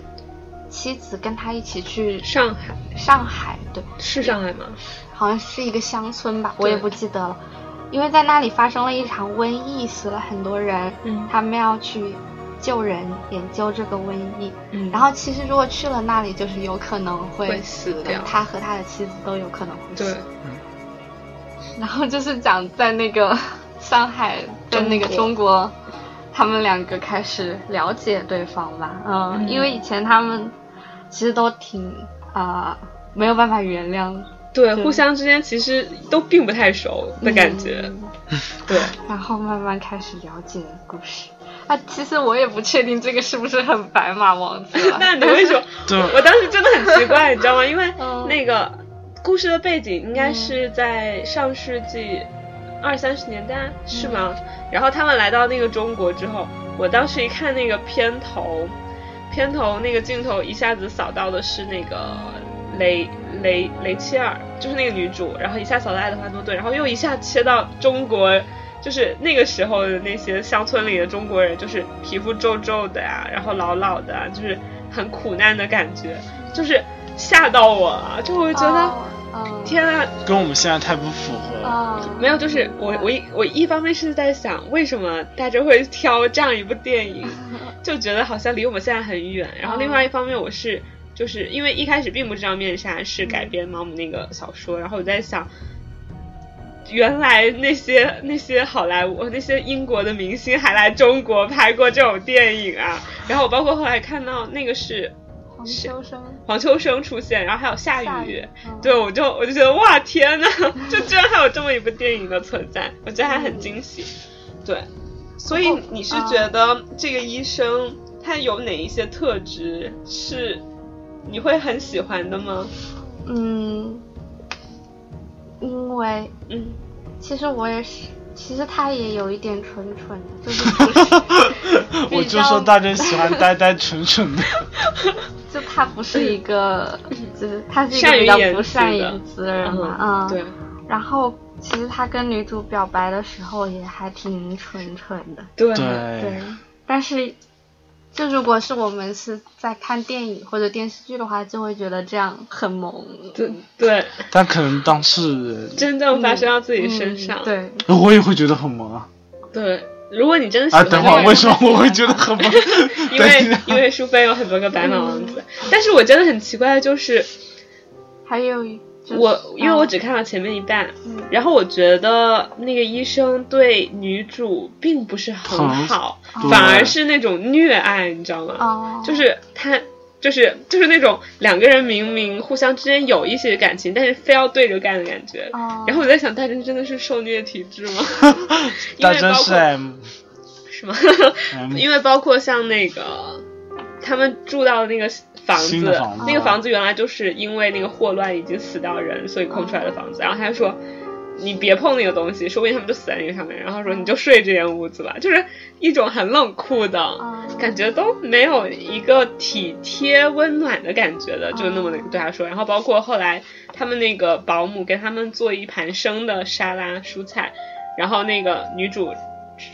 妻子跟他一起去上海上海，对，是上海吗？好像是一个乡村吧，我对也不记得了，因为在那里发生了一场瘟疫，死了很多人，嗯他们要去救人，研究这个瘟疫。嗯然后其实如果去了那里，就是有可能会会死的掉他和他的妻子都有可能会对死。，然后就是讲在那个上海跟那个中中国，他们两个开始了解对方吧。嗯，嗯因为以前他们其实都挺啊、呃没有办法原谅对，对互相之间其实都并不太熟的感觉。嗯对， 然后慢慢开始了解故事。啊，其实我也不确定这个是不是很白马王子啊了。那你为什么？对，我当时真的很奇怪，你知道吗？因为嗯那个故事的背景应该是在上世纪二三十年代，是吗？然后他们来到那个中国之后，我当时一看那个片头，片头那个镜头一下子扫到的是那个雷雷雷切尔，就是那个女主，然后一下扫到爱德华诺顿，然后又一下切到中国。就是那个时候的那些乡村里的中国人，就是皮肤皱皱的呀、然后老老的啊、就是很苦难的感觉，就是吓到我了，就我觉得哦嗯，天啊，跟我们现在太不符合了。啊，没有，就是我我一我一方面是在想，为什么大家会挑这样一部电 影，就觉得好像离我们现在很远。然后另外一方面，我是就是因为一开始并不知道《面纱》嗯是改编毛姆那个小说，然后我在想，原来那些那些好莱坞那些英国的明星还来中国拍过这种电影啊。然后我包括后来看到那个是黄秋生，黄秋生出现，然后还有夏雨。夏雨嗯对，我就我就觉得哇天呐，就居然还有这么一部电影的存在，我觉得还很惊喜。嗯对，所哦以你是啊觉得这个医生他有哪一些特质是你会很喜欢的吗？嗯，因为嗯，其实我也是，其实他也有一点蠢蠢的，就是不 是 我就说大家喜欢呆呆蠢蠢的， 就他不是一 个，就是他是一善个于比较言不辞善的言辞的人嘛，嗯，对。然后其实他跟女主表白的时候也还挺蠢蠢的， 对对对，。但是，就如果是我们是在看电影或者电视剧的话，就会觉得这样很萌。对对，但可能当事人，真正发生到自己嗯，身上，对，我也会觉得很萌啊。对。如果你真的喜啊，欢，等会儿为什么我会觉得很萌？ 因 等一为下因为淑芬有很多个白马王子，嗯但是我真的很奇怪的就是，还有一就是我因为我嗯只看到前面一半，嗯然后我觉得那个医生对女主并不是很好，对反而是那种虐爱，你知道吗？哦，就是他。就是就是那种两个人明明互相之间有一些感情，但是非要对着干的感觉。哦，然后我在想，大真真的是受虐体质吗？ 因大为真包是括 M 是吗？ M， 因为包括像那个他们住到的那个房新子，的房子那个房子原来就是因为那个霍乱已经死掉人，所以空出来的房子。然后他就说。你别碰那个东西，说不定他们就死在那个上面。然后说你就睡这间屋子吧，就是一种很冷酷的、哦 感觉，都没有一个体贴温暖的感觉的，就那么对他说。然后包括后来他们那个保姆给他们做一盘生的沙拉蔬菜，然后那个女主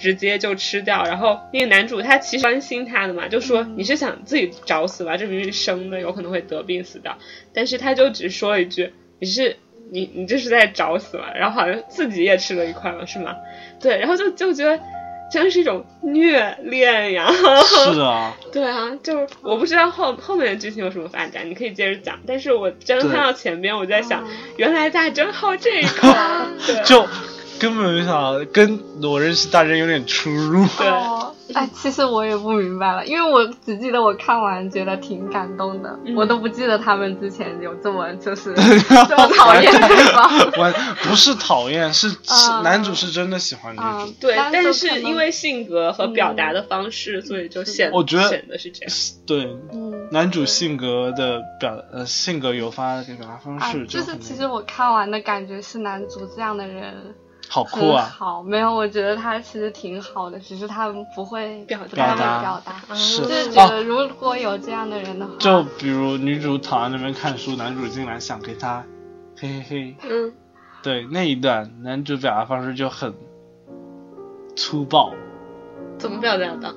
直接就吃掉，然后那个男主他其实关心她的嘛，就说你是想自己找死吧，这明明是生的，有可能会得病死掉，但是他就只说了一句你是。你你这是在找死嘛？然后好像自己也吃了一块嘛，是吗？对，然后就就觉得真是一种虐恋呀。是啊，对啊，就是我不知道后后面的剧情有什么发展，你可以接着讲。但是我真的对看到前边，我在想，原来大真好这一口， 对就根本没想到，跟我认识大真有点 出入。对哦哎，其实我也不明白了，因为我只记得我看完觉得挺感动的，嗯我都不记得他们之前有这么就是 这么讨 厌对方。我不是讨厌，是是啊嗯男主是真的喜欢女主。嗯，对。但就是可能因为性格和表达的方式，所以就显我觉得显得是这样。对，嗯男主性格的表呃性格有发表达方啊式，就很是其实我看完的感觉是男主这样的人好酷很啊！好，没有，我觉得他其实挺好的，只是他们不会表达不太会表达表达。是就是觉哦，得如果有这样的人的话，就比如女主躺在那边看书，男主进来想给她，嘿嘿嘿，嗯，对那一段男主表达方式就很粗暴怎么表达的？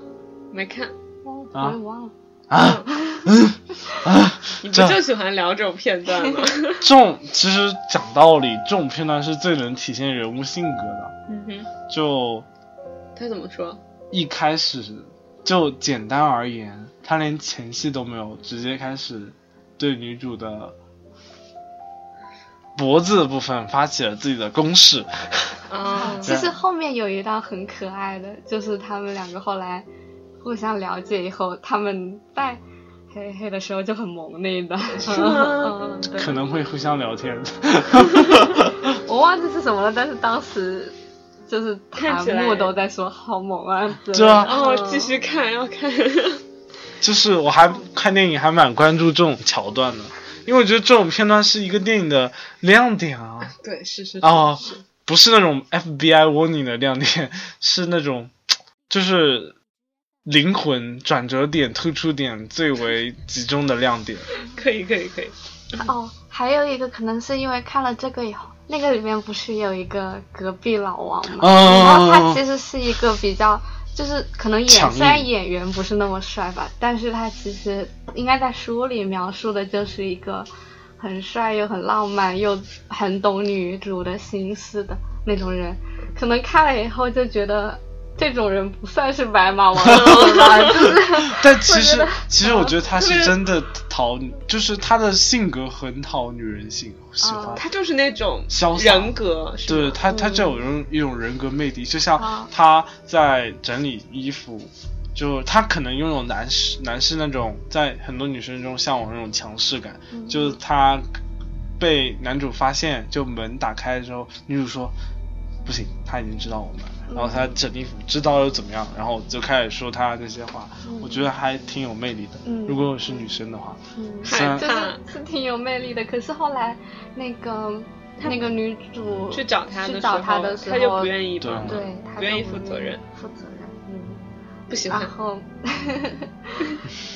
没看，我也啊忘了。啊，嗯 啊，你不这就喜欢聊这种片段 吗？这种其实讲道理，这种片段是最能体现人物性格的。嗯哼，就他怎么说？一开始就简单而言，他连前戏都没有，直接开始对女主的脖子的部分发起了自己的攻势。啊，其实后面有一段很可爱的，就是他们两个后来互相了解以后，他们在嘿嘿的时候就很萌那一段。是吗嗯，对可能会互相聊天，我忘记是什么了，但是当时就是看弹起来幕都在说好萌啊。之类的对啊哦，嗯继续看，要看。就是我还看电影还蛮关注这种桥段的，因为我觉得这种片段是一个电影的亮点啊。 对，是是是哦是，不是那种 FBI warning 的亮点，是那种就是灵魂转折点、突出点最为集中的亮点。可以可以可以。哦，还有一个可能是因为看了这个以后，那个里面不是有一个隔壁老王吗？然后他哦其，实是一个比较，就是可能演强硬虽然演员不是那么帅吧，但是他其实应该在书里描述的就是一个很帅又很浪漫又很懂女主的心思的那种人，可能看了以后就觉得这种人不算是白马王子吧，就是 但其实我觉得其实我觉得他是真的讨，就是他的性格很讨女人喜喜欢。哦他就是那种潇洒人格，是吗对他，他这嗯种人一种人格魅力，就啊像他在整理衣服，就他可能拥有男士男士那种在很多女生中向往的那种强势感，嗯就是他被男主发现，就门打开之后，女主说不行，他已经知道我们了。然后嗯他整衣服，知道又怎么样？然后就开始说他那些话，我觉得还挺有魅力的。嗯如果我是女生的话，嗯虽然就是是挺有魅力的。可是后来那个那个女主去找他的时候，去找他的时候，他就不愿意帮，对对，她不就愿意负责任，啊负责任， 嗯，不喜欢然。后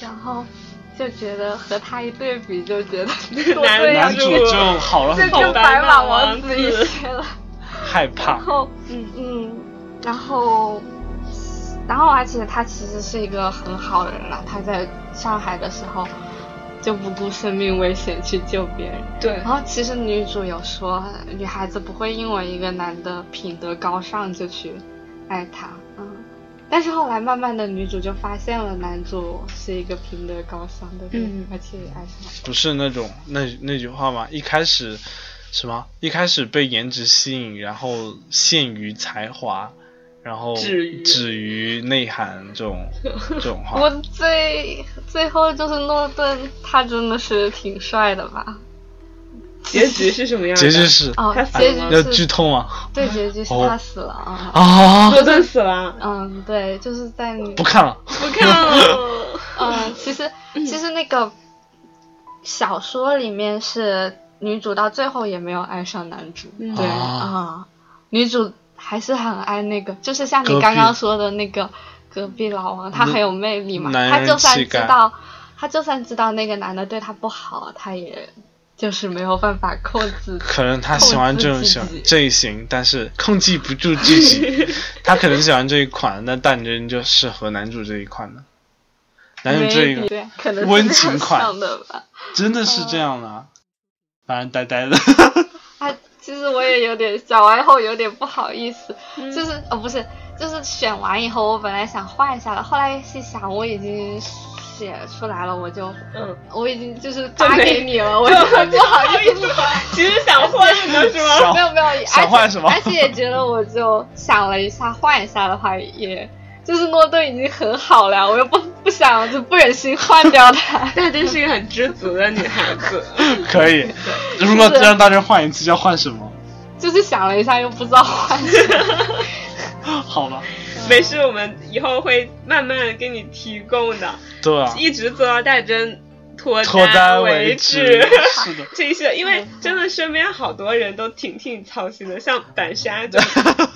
然后就觉得和他一对比，就觉得多 男对呀男男主主就好了这很就多，白马王子一些了。害怕然。后，嗯嗯，然后，然后，而且他其实是一个很好的人了。他在上海的时候就不顾生命危险去救别人。对，然后，其实女主有说，女孩子不会因为一个男的品德高尚就去爱他。嗯，但是后来慢慢的，女主就发现了男主是一个品德高尚的人，嗯而且爱上了。不是那种那那句话嘛，一开始什么？一开始被颜值吸引，然后陷于才华，然后止于止于内涵这种这种我话。最最后就是诺顿，他真的是挺帅的吧？结局是什么样的？结局是哦他，结死了要局剧是，透吗？对，结局是哦他死了啊。啊，罗顿死了，嗯，对，就是在你不看了。不看了。嗯，其实其实那个小说里面是女主到最后也没有爱上男主，嗯对啊啊、女主还是很爱那个，就是像隔你壁刚刚说的那个隔壁老王，他嗯很有魅力嘛，男他人就算气知概道他就算知道那个男的对他不好，他也就是没有办法控制可能他喜欢这种型控制自己这一型，但是控制不住自己。 他可能喜欢这一款，那但真就适合男主这一款了。男主这一个 maybe，对，可能是温这样情款想的吧。真的是这样的、啊，反正呆呆的。啊，其实我也有点讲完以后有点不好意思，嗯就是哦不是，就是选完以后我本来想换一下的，后来细想我已经写出来了，我就嗯，我已经就是就发没给你 了，我就很不好意 思换。其实想换的是 吗？。小没有没有，想换什么而且而且也觉得我就想了一下，换一下的话也。就是诺顿已经很好了，我又不不想就不忍心换掉他 但真是一个很知足的女孩 子。 可以。如果让大家换一次，要换什 么？就是想了一下，又不知道换什么。好吧，没事，我们以后会慢慢地给你提供的，对啊，一直做到戴真脱脱单为 止。是的，这些，因为真的身边好多人都挺替你操心的，像板沙就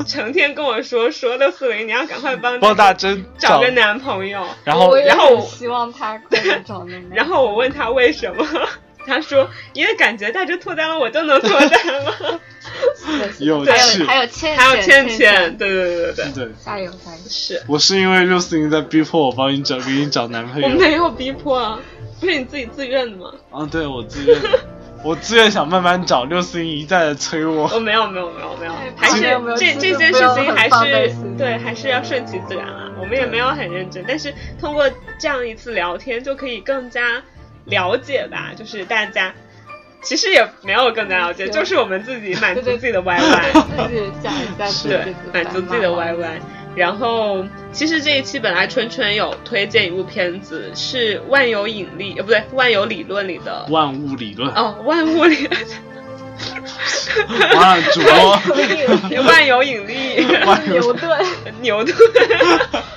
成天跟我说说六四零，你要赶快帮帮大真找个男朋友。 然后我也然后很我希望他快点找那个。然后我问他为什么，他说因为感觉大真脱单了，我就能脱单了。有还趣有。还有倩还有倩倩，倩，对对对对对，对，加油加油！是我是因为六四零在逼迫我帮你找给你找男朋我友。没有逼迫，啊，不是你自己自愿的吗？啊，对我自愿，我自愿想慢慢找，六四零一再的催我 我。哦没有没有没有没有哎，还是没有没有这其实这件不事用情很还放在是心对，还是要顺其自然啊。我们也没有很认真，但是通过这样一次聊天，就可以更加了解吧，就是大家。其实也没有更加了解，对就是我们自己满足对对自己的 YY，自己讲一下自己对的，满足自己的 YY。然后，其实这一期本来春春有推荐一部片子，是《万有引力》，呃，不对，《万有理论》里的万物理论，哦，《万物理》哇，主播《万有引力》万牛有顿，牛顿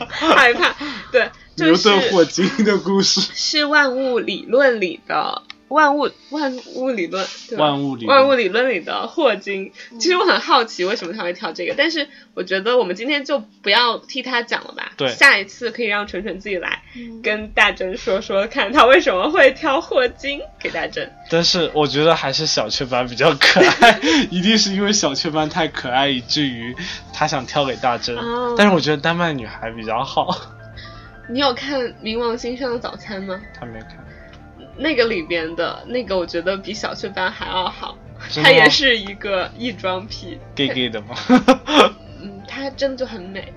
害怕，对， 就牛顿是霍金的故事，是万物理论里的万物万物理论，对吧万物理万物论，理论里的霍金。其实我很好奇为什么他会跳这个，但是我觉得我们今天就不要替他讲了吧。对下一次可以让纯纯自己来跟大真说说看，他为什么会挑霍金给大真。但是我觉得还是小雀斑比较可爱，一定是因为小雀斑太可爱，以至于他想挑给大真。哦但是我觉得丹麦 女孩比较好，你有看《冥王星上的早餐》吗？他没看。那个里边的那个，我觉得比小雀斑还要好。真她的也吗是一个异装癖， gay gay 的吗？嗯，她真的就很美。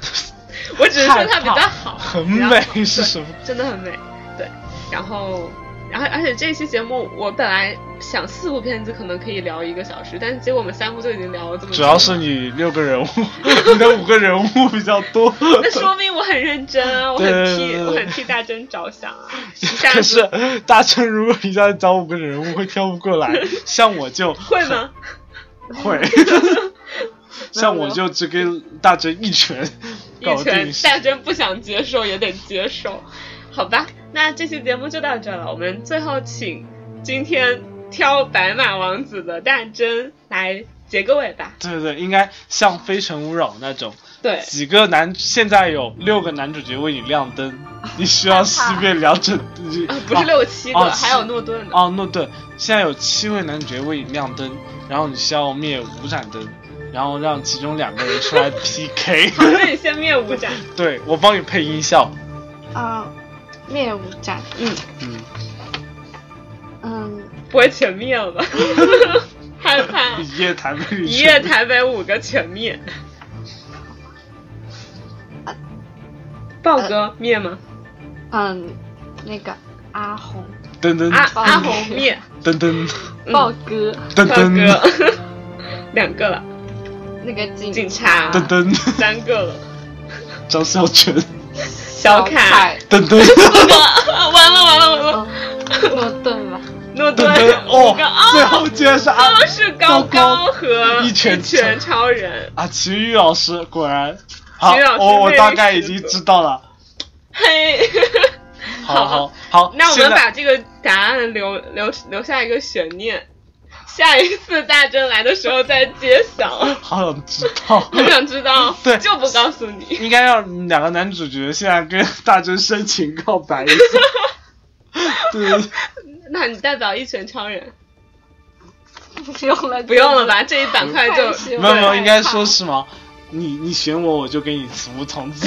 我 只是说她比较好，很比较好美是对什么？真的很美，对。然后，然后，而且这一期节目我本来想四部片子可能可以聊一个小时，但是结果我们三部就已经聊了这么多了。主要是你六个人物， 你的五个人物比较多。 那说明我很认真啊，我很对对替对对我很替大真着想 啊，一下 可子是大成，如果一下子找五个人物会挑不过来，像我就会吗？ 会，像我就只给大真一拳 搞一拳定。大真不想接受也得接受，好吧？那这期节目就到这了，我们最后请今天挑白马王子的大真来结个尾吧。对对对，应该像《非诚勿扰》那种，对，几个男现在有六个男主角为你亮灯，啊你需要识别两者。呃不是六七个，哦还有诺顿的。哦，诺顿，现在有七位男主角为你亮灯，然后你需要灭五盏灯，然后让其中两个人出来 PK。好，那你先灭五斩。对，我帮你配音效。啊、灭五战，嗯，嗯，嗯，不会全灭了吧？害 怕。一夜谈被你一夜台北五个全灭。豹哥灭吗？嗯，那个阿红、噔噔阿豹哥阿红灭，噔噔嗯豹哥、噔豹噔哥 两个了，那个警警察 噔噔，三个了，张孝全小凯，噔 噔哇 完了完了完了，嗯，诺顿吧，诺噔顿 噔五哦个，啊，最后居然是阿都哦是高高和一拳拳超人，啊！齐豫老师果然老好，师我我魅力大概已十经足知 道了。嘿， 好好好，那我现们在把这个答案留留留下一个悬念，下一次大真来的时候再揭晓。 好想知道。我想知道，对就不告诉你。应该让两个男主角现在跟大真深情告白一 下。对，那你代表一拳超人，不用了，不用了吧？这一板块就太喜欢没有没有，对应该说什么？你你选我，我就给你死无 从子。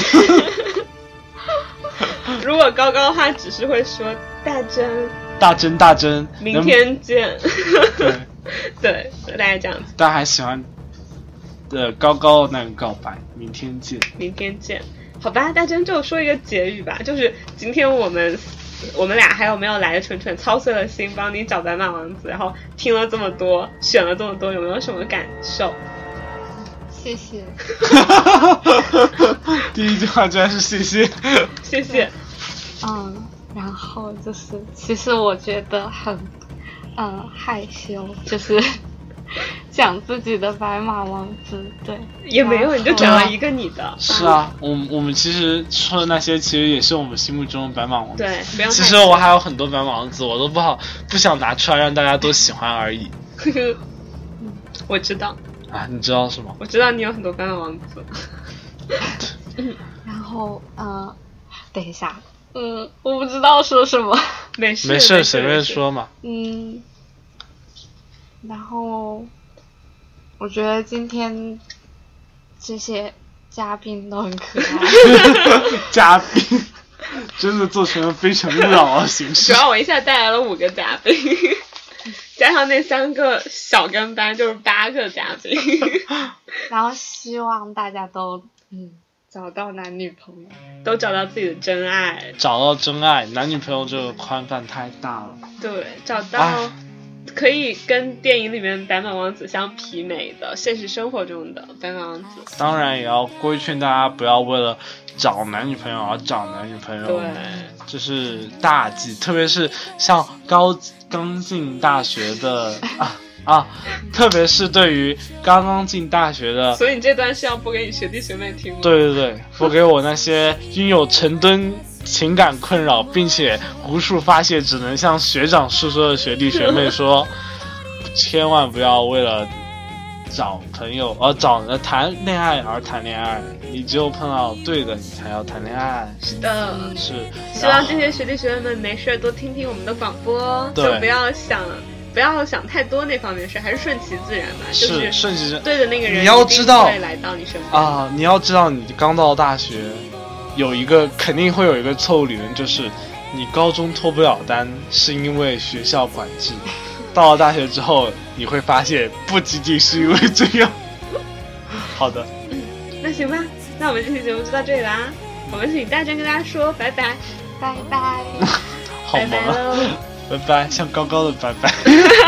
如果高高的话，只是会说大真，大真大真，明能天见。对，对，大概这样子，大家还喜欢呃高高的那个告白，明天见。明天见。好吧，大真就说一个结语吧，就是今天我们我们俩还有没有来的蠢蠢操碎了心帮你找白马王子，然后听了这么多，选了这么多，有没有什么感受？谢谢，第一句话居然是谢谢。谢谢。嗯，然后就是，其实我觉得很，嗯，害羞，就是 讲自己的白马王子，对，也没有，你就找了一个你的，是啊，我们我们其实说的那些，其实也是我们心目中的白马王子。对，不要其实我还有很多白马王子，我都不好不想拿出来让大家都喜欢而已我， 我知道，啊！你知道什么？我知道你有很多白马王子，然后，嗯，等一下，嗯，我不知道说什么，没事没没事，随便。说 嘛。嗯，然后我觉得今天这些嘉宾都很可爱。 嘉宾真的做成了非诚勿扰的形主式。要我一下带来了五个嘉宾， 加上那三个小跟班就是八个嘉宾， 然后希望大家都嗯找到男女朋友。都找到自己的真爱，找到真爱，男女朋友这个宽泛太大了。对，找到哎可以跟电影里面白马王子相媲美的现实生活中的白马王子，当然也要规劝大家不要为了找男女朋友而找男女朋友对，，这是大忌。特别是像高刚进大学的啊啊，特别是对于刚刚进大学的所以你这段是要播给你学弟学妹听吗？啊对对对，我给我那些拥有成吨情感困扰，并且无处发泄，只能向学长诉说的学弟学妹说， 千万不要为了找朋友而、找呃谈恋爱而谈恋爱，你只有碰到对的，你才要谈恋爱。是的。是，希然望后这些学弟学妹们没事儿多听听我们的广播，就对不要想不要想太多那方面事，还是顺其自然吧。就是顺其自对的那个人，你要知道会来到你身边。啊，你要知道，你刚到大学，有一个肯定会有一个错误理论，就是你高中脱不了单，是因为学校管制；到了大学之后，你会发现不仅仅是因为这样。 好的，那行吧，那我们这期节目就到这里啦。我们请大家跟大家说拜拜，拜拜。好拜萌拜啊！喽。拜拜，像高高的拜拜。